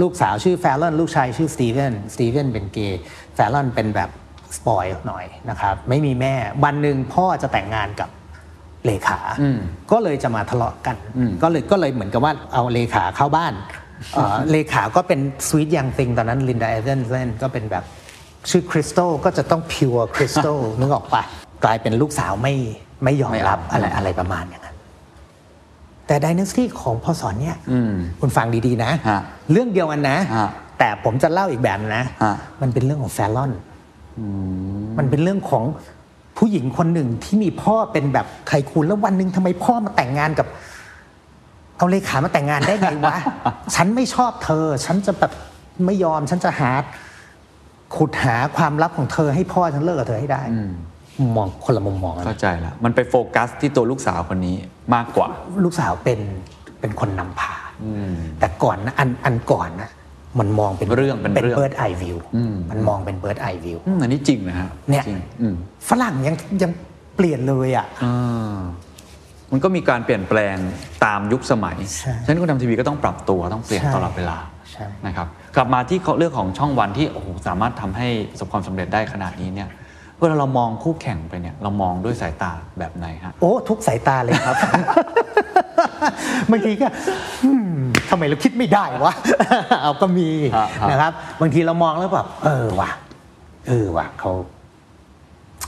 ลูกสาวชื่อแฟลอนลูกชายชื่อสตีเวนสตีเวนเป็นเกย์แฟลอนเป็นแบบสปอยหน่อยนะครับ ไม่มีแม่ วันหนึ่งพ่อจะแต่งงานกับเลขา อืม ก็เลยจะมาทะเลาะกัน ก็เลยก็เลยเหมือนกับว่าเอาเลขาเข้าบ้านเอ่อ เลขาก็เป็นสวีทยังติงตอนนั้นลินดาเอเดนเล่นก็เป็นแบบชื่อคริสตัลก็จะต้องพิวคริสตัล นึกออกปะกลายเป็นลูกสาวไม่ไม่ยอม ไม่เอารั รับอะไรอะไรประมาณอย่างนั้น แต่ดินาสตี้ของพอสอนเนี่ย อืม คุณฟังดีๆนะ ฮะ เรื่องเดียวกันนะ ฮะ แต่ผมจะเล่าอีกแบบนะ ฮะ มันเป็นเรื่องของแฟลอน มันเป็นเรื่องของผู้หญิงคนหนึ่งที่มีพ่อเป็นแบบไขคูณแล้ววันหนึ่งทำไมพ่อมาแต่งงานกับ เอาเลขามาแต่งงานได้ไง วะ ฉันไม่ชอบเธอ ฉันจะแบบไม่ยอม ฉันจะหา ขุดหาความลับของเธอให้พ่อฉันเลิกกับเธอให้ได้มองคนละมุมมองกัน เข้าใจละมันไปโฟกัสที่ตัวลูกสาวคนนี้มากกว่า ลูกสาวเป็นเป็นคนนำพาแต่ก่อนนะอันอันก่อนนะมันมองเป็น เรื่องเป็น เป็น เรื่อง เบิร์ดไอวิวมันมองเป็นเบิร์ดไอวิว อืมอันนี้จริงนะฮะ เนี่ย จริงอืม ฝรั่งยังยังเปลี่ยนเลยอ่ะ อ่ามันก็มีการเปลี่ยนแปลงตามยุคสมัย ใช่ ฉะนั้นคนทำทีวีก็ต้องปรับตัวต้องเปลี่ยน ใช่ ตลอดเวลา ใช่ นะครับ กลับมาที่เขาเรื่องของช่องวันที่โอ้โหสามารถทำให้ประสบความสำเร็จได้ขนาดนี้เนี่ยเวลาเรามองคู่แข่งไปเนี่ย เรามองด้วยสายตาแบบไหนฮะ โอ้ ทุกสายตาเลย ครับ บางทีก็อืมทำไมเราคิดไม่ได้วะ เอาก็มี ฮะฮะ นะครับ บางทีเรามองแล้วแบบเออว่ะเออว่ะเขา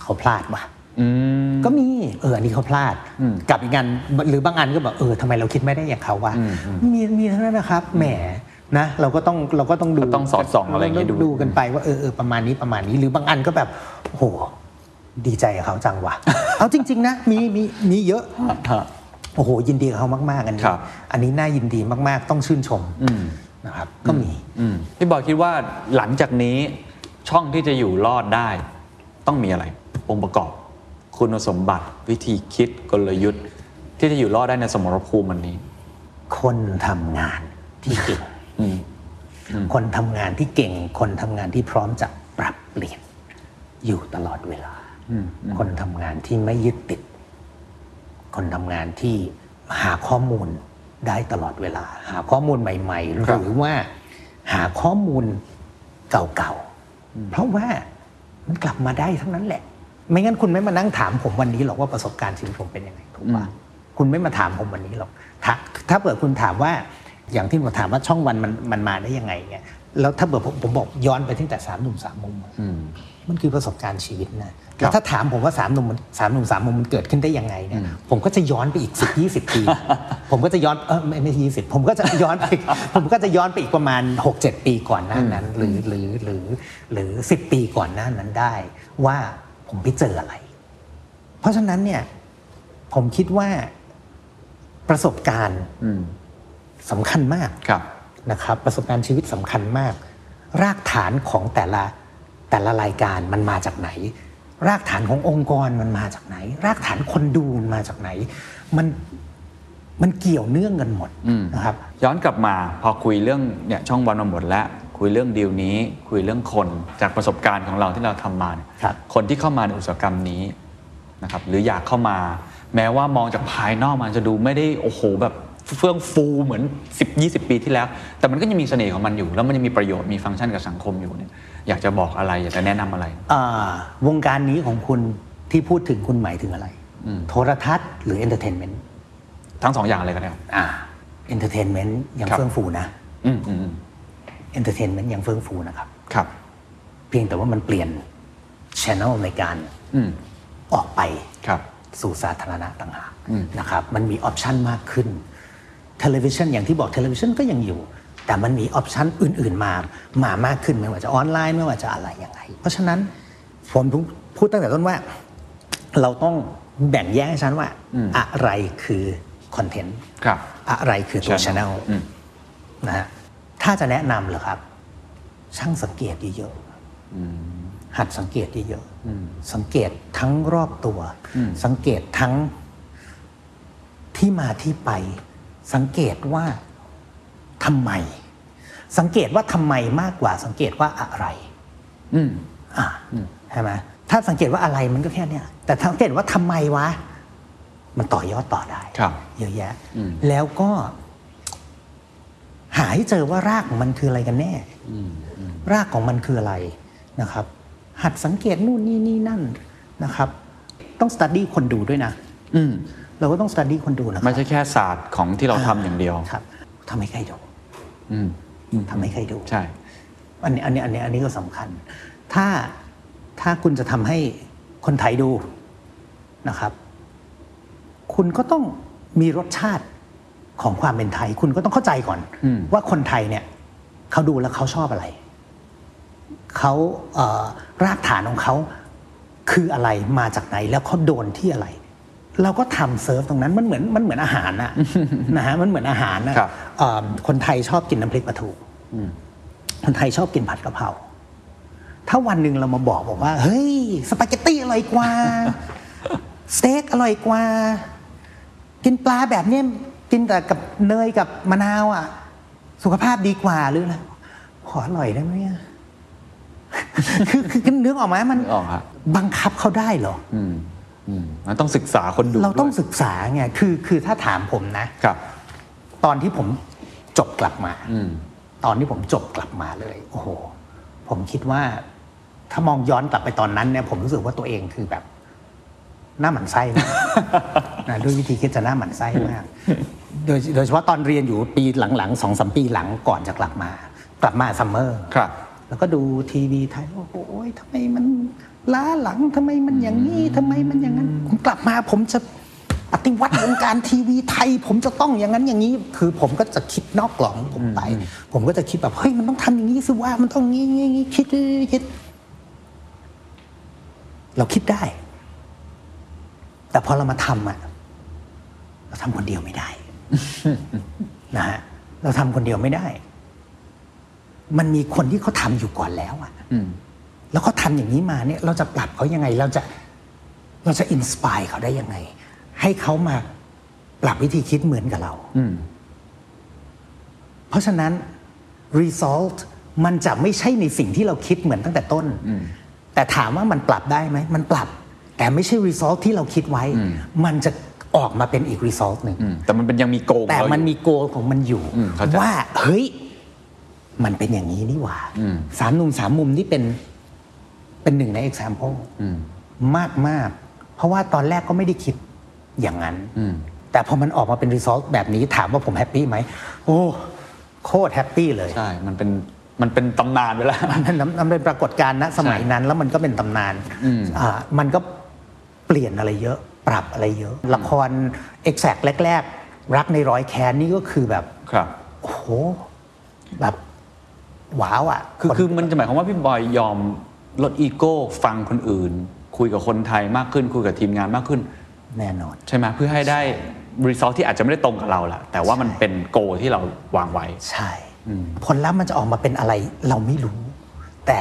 เขาพลาดว่ะ อืม ก็มีเอออันนี้เขาพลาด อืม กับอีกงานหรือบางอันก็แบบเออทำไมเราคิดไม่ได้อย่างเขาวะ อืมอืม มีมีทั้งนั้นนะครับแหมนะเราก็ต้องเราก็ต้องดู ก็ต้องสอดส่องอะไรอย่างงี้ดู ดูกันไปว่าเออเออประมาณนี้ประมาณนี้ หรือบางอันก็แบบโอ้โหดีใจกับเขาจังวะ เอาจริง ๆ นะ มีมีมีเยอะ ฮะ โอ้โห ยินดีกับเขามากๆอันนี้ ครับ อันนี้น่ายินดีมากๆ ต้องชื่นชม อืม นะครับ ก็มี อืมพี่บอยคิดว่าหลังจากนี้ช่องที่จะอยู่รอดได้ ต้องมีอะไร องค์ประกอบ คุณสมบัติวิธีคิดกลยุทธ์ ที่จะอยู่รอดได้ในสมรภูมิวันนี้ คนทำงานที่เก่ง อืม คนทำงานที่เก่ง คนทำงานที่พร้อมจะปรับเปลี่ยน อยู่ตลอดเวลา คนทำงานที่ไม่ยึดติด คนทำงานที่หาข้อมูลได้ตลอดเวลา หาข้อมูลใหม่ ๆ หรือว่า หาข้อมูลเก่าๆ เพราะว่ามันกลับมาได้ทั้งนั้นแหละ ไม่งั้นคุณไม่มานั่งถามผมวันนี้หรอกว่าประสบการณ์ชีวิตผมเป็นยังไงถูกปะคุณไม่มาถามผมวันนี้หรอกถ้าถ้าเปิดคุณถามว่าอย่างที่ผมถามว่าช่องวันมันมันมาได้ยังไงเนี่ยแล้วถ้าเปิดผมผมบอกย้อนไปตั้งแต่สามหนุ่มสามมุมอะ อืม มันคือประสบการณ์ชีวิตนะ ครั แล้ บ วถ้าถามผมว่าสามหนุ่มมันสามหนุ่มสามมุมมันเกิดขึ้นได้ยังไงเนี่ย ผมก็จะย้อนไป อีกสิบยี่สิบปี ผมก็จะย้อนเออไม่ไม่ยี่สิบผมก็จะย้อนไป ผมก็จะย้อนไปอีกประมาณหกเจ็ดปีก่อนหน้านั้น หรือหรือหรือหรือสิบปีก่อนหน้านั้นได้ ว่าผมไปเจออะไร เพราะฉะนั้นเนี่ย ผมคิดว่าประสบการณ์ อืม สำคัญมาก ครับ นะครับประสบการณ์ชีวิตสำคัญมาก รากฐานของแต่ละแต่ละรายการมันมาจากไหน รากฐานขององค์กรมันมาจากไหน รากฐานคนดูมันมาจากไหน มัน มันเกี่ยวเนื่องกันหมดนะครับ ย้อนกลับมาพอคุยเรื่องเนี่ยช่องวันมาหมดแล้วคุยเรื่องดีลนี้ คุยเรื่องคนจากประสบการณ์ของเราที่เราทำมาเนี่ย ครับ คนที่เข้ามาในอุตสาหกรรมนี้นะครับหรืออยากเข้ามา แม้ว่ามองจากภายนอกมันจะดูไม่ได้โอ้โหแบบเฟื่องฟูเหมือน 10 20 ปีที่แล้ว แต่มันก็ยังมีเสน่ห์ของมันอยู่ แล้วมันยังมีประโยชน์มีฟังก์ชันกับสังคมอยู่เนี่ยอยากจะบอกอะไรอยากจะแนะนำอะไร อ่าวงการนี้ของคุณที่พูดถึงคุณหมายถึงอะไร โทรทัศน์หรือเอนเตอร์เทนเมนต์ ทั้งสองอย่างเลยก็ได้ครับ อ่าเอนเตอร์เทนเมนต์ยัง ครับ เฟื่องฟูนะ อืมอืมอืม เอนเตอร์เทนเมนต์ยังเฟื่องฟูนะครับ ครับ เพียงแต่ว่ามันเปลี่ยนช n น l ในการ อืม ออกไป ครับ สู่สาธารณะต่างหากนะครับ มันมีออปชันมากขึ้นทีวีชันอย่างที่บอกทีวีชันก็ยังอยู่ แต่มันมีออปชันอื่น ๆ มามามากขึ้นไม่ว่าจะออนไลน์ไม่ว่าจะอะไรยังไง เพราะฉะนั้นผมถึงพูดตั้งแต่ต้นว่า เราต้องแบ่งแยกให้ชัดว่าอะไรคือคอนเทนต์ ครับ อะไรคือตัวช n น channel l อืม นะฮะถ้าจะแนะนำเหรอครับ ช่างสังเกตเยอะๆหัดสังเกตเยอะๆสังเกตทั้งรอบตัว สังเกตทั้งที่มาที่ไป สังเกตว่าทำไม สังเกตว่าทำไมมากกว่า สังเกตว่าอะไร อืม อ่าใช่ไหมถ้าสังเกตว่าอะไรมันก็แค่เนี้ยแต่ถ้าสังเกตว่าทำไมวะ มันต่อยอดต่อได้ ครับ เยอะแยะ แล้วก็ หาให้เจอว่ารากของมันคืออะไรกันแน่รากของมันคืออะไรนะครับ หัดสังเกตนู่นนี่นี่นั่นนะครับ ต้องสตัดดี้คนดูด้วยนะ อืม เราก็ต้องสตัดดี้คนดูนะครั ไม่ บ ใช่แค่ศาสตร์ของที่เราทำอย่างเดียว ครับทำให้ใครดู อืม ทำให้ใครดู ใช่ อันนี้อันนี้อันนี้อันนี้ก็สำคัญ ถ้าถ้าคุณจะทำให้คนไทยดูนะครับ คุณก็ต้องมีรสชาติของความเป็นไทย คุณก็ต้องเข้าใจก่อน อืม ว่าคนไทยเนี่ยเขาดูแล้วเขาชอบอะไรเขาเอ่อรากฐานของเขาคืออะไรมาจากไหนแล้วเขาโดนที่อะไร เราก็ทำเซิร์ฟตรงนั้นมันเหมือนมันเหมือนอาหารอะ นะฮะมันเหมือนอาหารนะครับ เอิ่มคนไทยชอบกินน้ำพริกปลาทู คนไทยชอบกินผัดกะเพรา ถ้าวันหนึ่งเรามาบอกบอกว่า เฮ้ย สปาเกตตี้อร่อยกว่า สเต็กอร่อยกว่า กินปลาแบบเนี้ยกินแต่กับเนยกับมะนาวอ่ะ สุขภาพดีกว่าหรืออะไรขออร่อยได้ไหมอะ คือคือคือนึกออกไหมมัน นึกออกฮะ บังคับเขาได้เหรอ อืมอืมมันต้องศึกษาคนดู เราต้อง ด้วย ศึกษาไงคือคือถ้าถามผมนะ ครับ ตอนที่ผมจบกลับมา อืม ตอนที่ผมจบกลับมาเลย โอ้โห ผมคิดว่า ถ้ามองย้อนกลับไปตอนนั้นเนี่ยผมรู้สึกว่าตัวเองคือแบบ หน้าหมันไส้มาก นะด้วยวิธีคิดจะหน้าหมันไส้มาก โดยโดยเฉพาะตอนเรียนอยู่ปีหลังๆสองสามปีหลังก่อนจะกลับมา กลับมาซัมเมอร์ ครับ แล้วก็ดูทีวีไทยโอ้โหทำไมมันล้าหลังทำไมมันอย่างนี้ทำไมมันอย่างนั้น ผมกลับมาผมจะปฏิวัติวงการทีวีไทย ผมจะต้องอย่างนั้นอย่างนี้ คือผมก็จะคิดนอกกล่องผมไป ผมก็จะคิดแบบเฮ้ยมันต้องทำอย่างนี้สิว่ามันต้องงี้งี้งี้คิดคิด เราคิดได้ แต่พอเรามาทำอะเราทำคนเดียวไม่ได้ นะฮะเราทำคนเดียวไม่ได้ มันมีคนที่เขาทำอยู่ก่อนแล้วอะ อืม แล้วเขาทำอย่างนี้มาเนี่ย เราจะปรับเขายังไง เราจะเราจะอินสปายเขาได้ยังไง ให้เขามาปรับวิธีคิดเหมือนกับเรา อืม เพราะฉะนั้น result มันจะไม่ใช่ในสิ่งที่เราคิดเหมือนตั้งแต่ต้น แต่ถามว่ามันปรับได้ไหม มันปรับ แต่ไม่ใช่ result ที่เราคิดไว้ มันจะออกมาเป็นอีก result หนึ่ง อืม แต่มันเป็นยังมีโกง แต่ เราอยู่ มันมีโกลของมันอยู่ อืมเข้าใจ ว่า เฮ้ย มันเป็นอย่างนี้นี่หว่า อืม สามหนุ่มสามมุมนี่เป็นเป็นหนึ่งใน example อืม มากมากๆเพราะว่าตอนแรกก็ไม่ได้คิดอย่างนั้น อืม แต่พอมันออกมาเป็น result แบบนี้ถามว่าผมแฮปปี้ไหม โอ้ โคตรแฮปปี้เลย ใช่ มันเป็น มันเป็นตำนานไปแล้ว มันมันมันเป็นปรากฏการณ์ณสมัยนั้น แล้วมันก็เป็นตำนานอ่ามันก็เปลี่ยนอะไรเยอะ ปรับอะไรเยอะ ละคร exact แรก ๆ รักในร้อยแค้นนี่ก็คือแบบ ครับ โอ้โหแบบว้าวอ่ะ คือ น คือ มันจะหมายความว่าพี่บอยยอมลดอีโก้ ฟังคนอื่น คุยกับคนไทยมากขึ้น คุยกับทีมงานมากขึ้น แน่นอน ใช่ไหมเพื่อให้ได้รีซอสที่อาจจะไม่ได้ตรงกับเราแหละ แต่ว่ามันเป็นโกที่เราวางไว้ ใช่ผลลัพธ์มันจะออกมาเป็นอะไร เราไม่รู้ แต่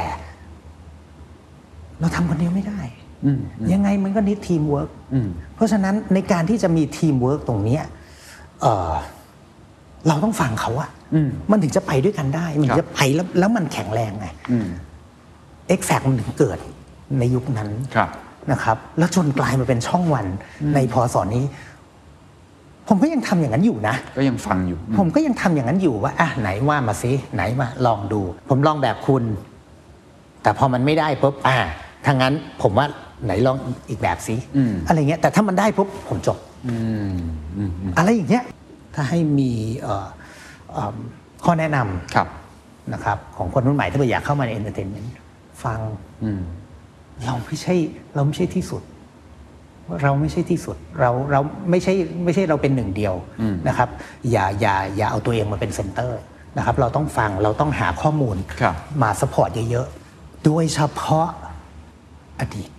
เราทำคนเดียวไม่ได้ยังไงมันก็นิดทีมเวิร์กเพราะฉะนั้นในการที่จะมีทีมเวิร์กตรงเนี้ย เอ่อเราต้องฟังเขาอะมันถึงจะไปด้วยกันได้ มันถึงจะไปแล้วแล้วมันแข็งแรงไงเอ็กแฟกมันถึงเกิดในยุคนั้น ครับ นะครับ แล้วจนกลายมาเป็นช่องวันในพศนี้ ผมก็ยังทำอย่างนั้นอยู่นะ ก็ยังฟังอยู่อืม ผมก็ยังทำอย่างนั้นอยู่ว่าอ่ะไหนว่ามาสิไหนมาลองดู ผมลองแบบคุณ แต่พอมันไม่ได้ปุ๊บอ่ะทางนั้นผมว่าไหนลองอีกแบบสิ อืม อะไรเงี้ย แต่ถ้ามันได้ปุ๊บผมจบ อืมอืมอืม อะไรอย่างเงี้ยถ้าให้มีเอ่อเอิ่มข้อแนะน ครับ ำนะครับ ของคนรุ่นใหม่ถ้าเกิดอยากเข้ามาในเอนเตอร์เทนเมนต์ฟัง อืม เราไม่ใช่เราไม่ใช่ที่สุด เราไม่ใช่ที่สุด เราเราไม่ใช่ไม่ใช่เราเป็นหนึ่งเดียว อืม นะครับ อย่าอย่าอย่าเอาตัวเองมาเป็นเซนเตอร์นะครับ เราต้องฟังเราต้องหาข้อมูล ครับ มาสปอร์ตเยอะๆ โดยเฉพาะอดีต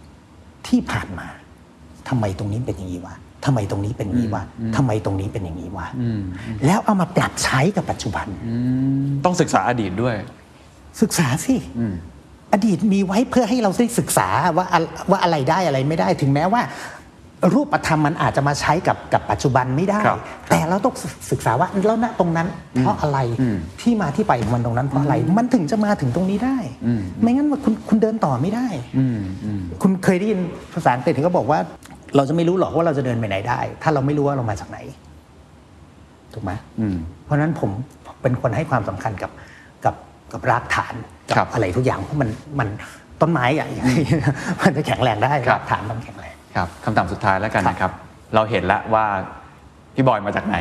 ที่ผ่านมาทำไมตรงนี้เป็นอย่างนี้วะทำไมตรงนี้เป็นอย่างนี้วะทำไมตรงนี้เป็นอย่างนี้วะแล้วเอามาปรับใช้กับปัจจุบัน อืมต้องศึกษาอดีตด้วย ศึกษาสิอดีตมีไว้เพื่อให้เราได้ศึกษาว่าอะว่าอะไรได้อะไรไม่ได้ ถึงแม้ว่า รูปธรรมมันอาจจะมาใช้กับกับปัจจุบันไม่ได้ ครับ แต่เราต้องศึกษาว่าแล้วณตรงนั้น เพราะอะไรที่มาที่ไปของมันตรงนั้นเพราะอะไร มันถึงจะมาถึงตรงนี้ได้ ไม่งั้นว่าคุณคุณเดินต่อไม่ได้คุณเคยได้ยินภาษาอังกฤษเขาบอกว่า เราจะไม่รู้หรอกว่าเราจะเดินไปไหนได้ ถ้าเราไม่รู้ว่าเรามาจากไหน ถูกไหม อืม เพราะฉะนั้นผมเป็นคนให้ความสำคัญกับกับกับรากฐานกั ครับ อะไรทุกอย่างเพราะมันมันต้นไม้อะ อย่างนี้มันจะแข็งแรงได้ ครับ ฐานมันแข็งแรง ครับคำถามสุดท้ายแล้วกันนะครับ เราเห็นแล้วว่าพี่บอยมาจากไหน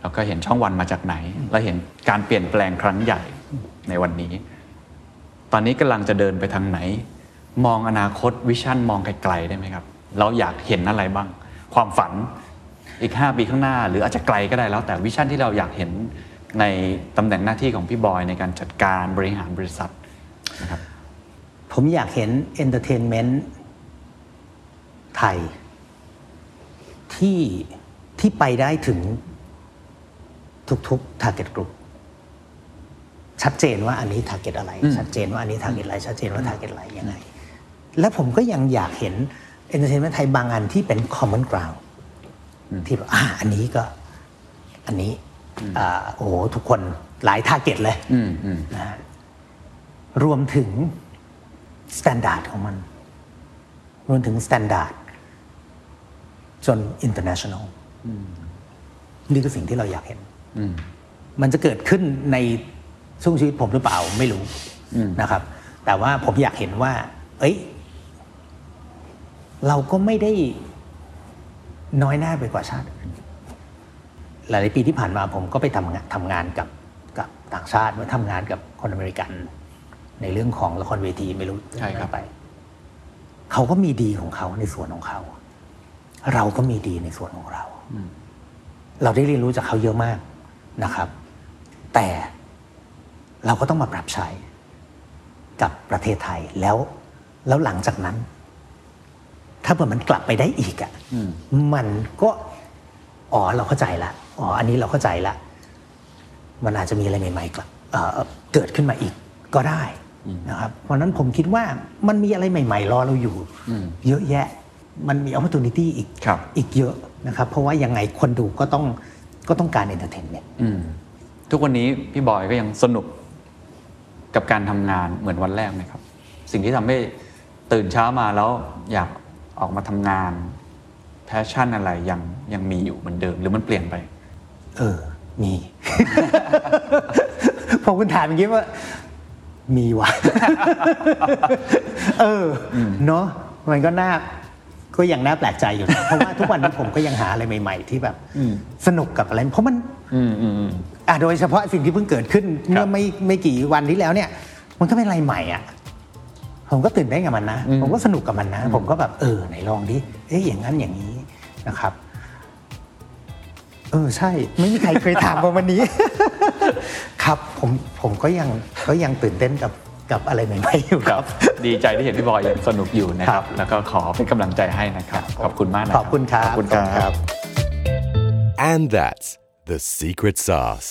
เราก็เห็นช่องวันมาจากไหน เราเห็นการเปลี่ยนแปลงครั้งใหญ่ในวันนี้ ตอนนี้กำลังจะเดินไปทางไหน มองอนาคตวิชั่นมองไกลๆได้ไหมครับ เราอยากเห็นอะไรบ้าง ความฝันอีก 5 ปีข้างหน้า หรืออาจจะไกลก็ได้แล้ว แต่วิชั่นที่เราอยากเห็นในตำแหน่งหน้าที่ของพี่บอยในการจัดการบริหารบริษัท ผมอยากเห็นเอนเตอร์เทนเมนต์ไทย ที่ที่ไปได้ถึงทุกๆ Target Group ชัดเจนว่าอันนี้ Target อะไร ชัดเจนว่าอันนี้ Target อะไร ชัดเจนว่า Target อะไรยังไง และผมก็ยังอยากเห็นเอนเตอร์เทนเมนต์ไทยบางอันที่เป็น Common Ground ที่แบบอ่าอันนี้ก็อันนี้อ่าโอ้โหทุกคนหลาย Target เลย อืมอืม รวมถึงสแตนดาร์ดของมัน รวมถึงสแตนดาร์ดจน international นี่คือสิ่งที่เราอยากเห็น มันจะเกิดขึ้นในช่วงชีวิตผมหรือเปล่าไม่รู้นะครับ แต่ว่าผมอยากเห็นว่า เอ้ย เราก็ไม่ได้น้อยหน้าไปกว่าชาติอื่น หลายๆปีที่ผ่านมาผมก็ไปทำงานทำงานกับกับต่างชาติมาทำงานกับคนอเมริกัน ในเรื่องของละครเวทีไม่รู้ ใช่ครับ ไป เขาก็มีดีของเขาในส่วนของเขา เราก็มีดีในส่วนของเรา เราได้เรียนรู้จากเขาเยอะมากนะครับ แต่เราก็ต้องมาปรับใช้กับประเทศไทยแล้วแล้วหลังจากนั้น ถ้าเผื่อมันกลับไปได้อีกอะ่ะมันก็อ๋อเราเข้าใจละอ๋ออันนี้เราเข้าใจละ มันอาจจะมีอะไรใหม่ๆกลับเอ่อเกิดขึ้นมาอีกก็ได้นะครับเพราะฉะนั้นผมคิดว่ามันมีอะไรใหม่ๆ รอเราอยู่ เยอะแยะมันมี opportunity อีก ครับ อีกเยอะนะครับ เพราะว่ายังไงคนดูก็ต้องก็ต้องการ entertainment อืมทุกวันนี้พี่บอยก็ยังสนุกกับการทำงานเหมือนวันแรกไหมครับ สิ่งที่ทำให้ตื่นเช้ามาแล้วอยากออกมาทำงานแพชชั่นอะไรยังยังมีอยู่เหมือนเดิม หรือมันเปลี่ยนไป เออ มี พอคุณถามอย่างนี้ว่า มีวะ เอออเนาะมันก็น่าก็ยังน่าแปลกใจอยู่ นะ เพราะว่าทุกวันนี้ผมก็ยังหาอะไรใหม่ ๆ ที่แบบสนุกกับอะไร เพราะมัน อืมอืม อ่ะโดยเฉพาะสิ่งที่เพิ่งเกิดขึ้นเมื่อไม่ไม่กี่วันที่แล้วเนี่ย มันก็เป็นอะไรใหม่อ่ะผมก็ตื่นเต้นกับมันนะ ผมก็สนุกกับมันนะ ผมก็แบบเออไหนลองดิเอ๊ะอย่างนั้นอย่างนี้นะครับ เออใช่ ไม่มีใครเคยถามผมวันนี้ ครับผมผมก็ยังก็ยังตื่นเต้นกับกับอะไรใหม่ๆอยู่ ค ค รั รับ บ ดีใจที่เห็นพี่บอยยังสนุกอยู่นะครั ครับ บ แล้วก็ขอเป็นกำลังใจให้นะครับ ขอบคุณมากนะ ขอบคุณครับ ขอบคุณครับ And that's the secret sauce.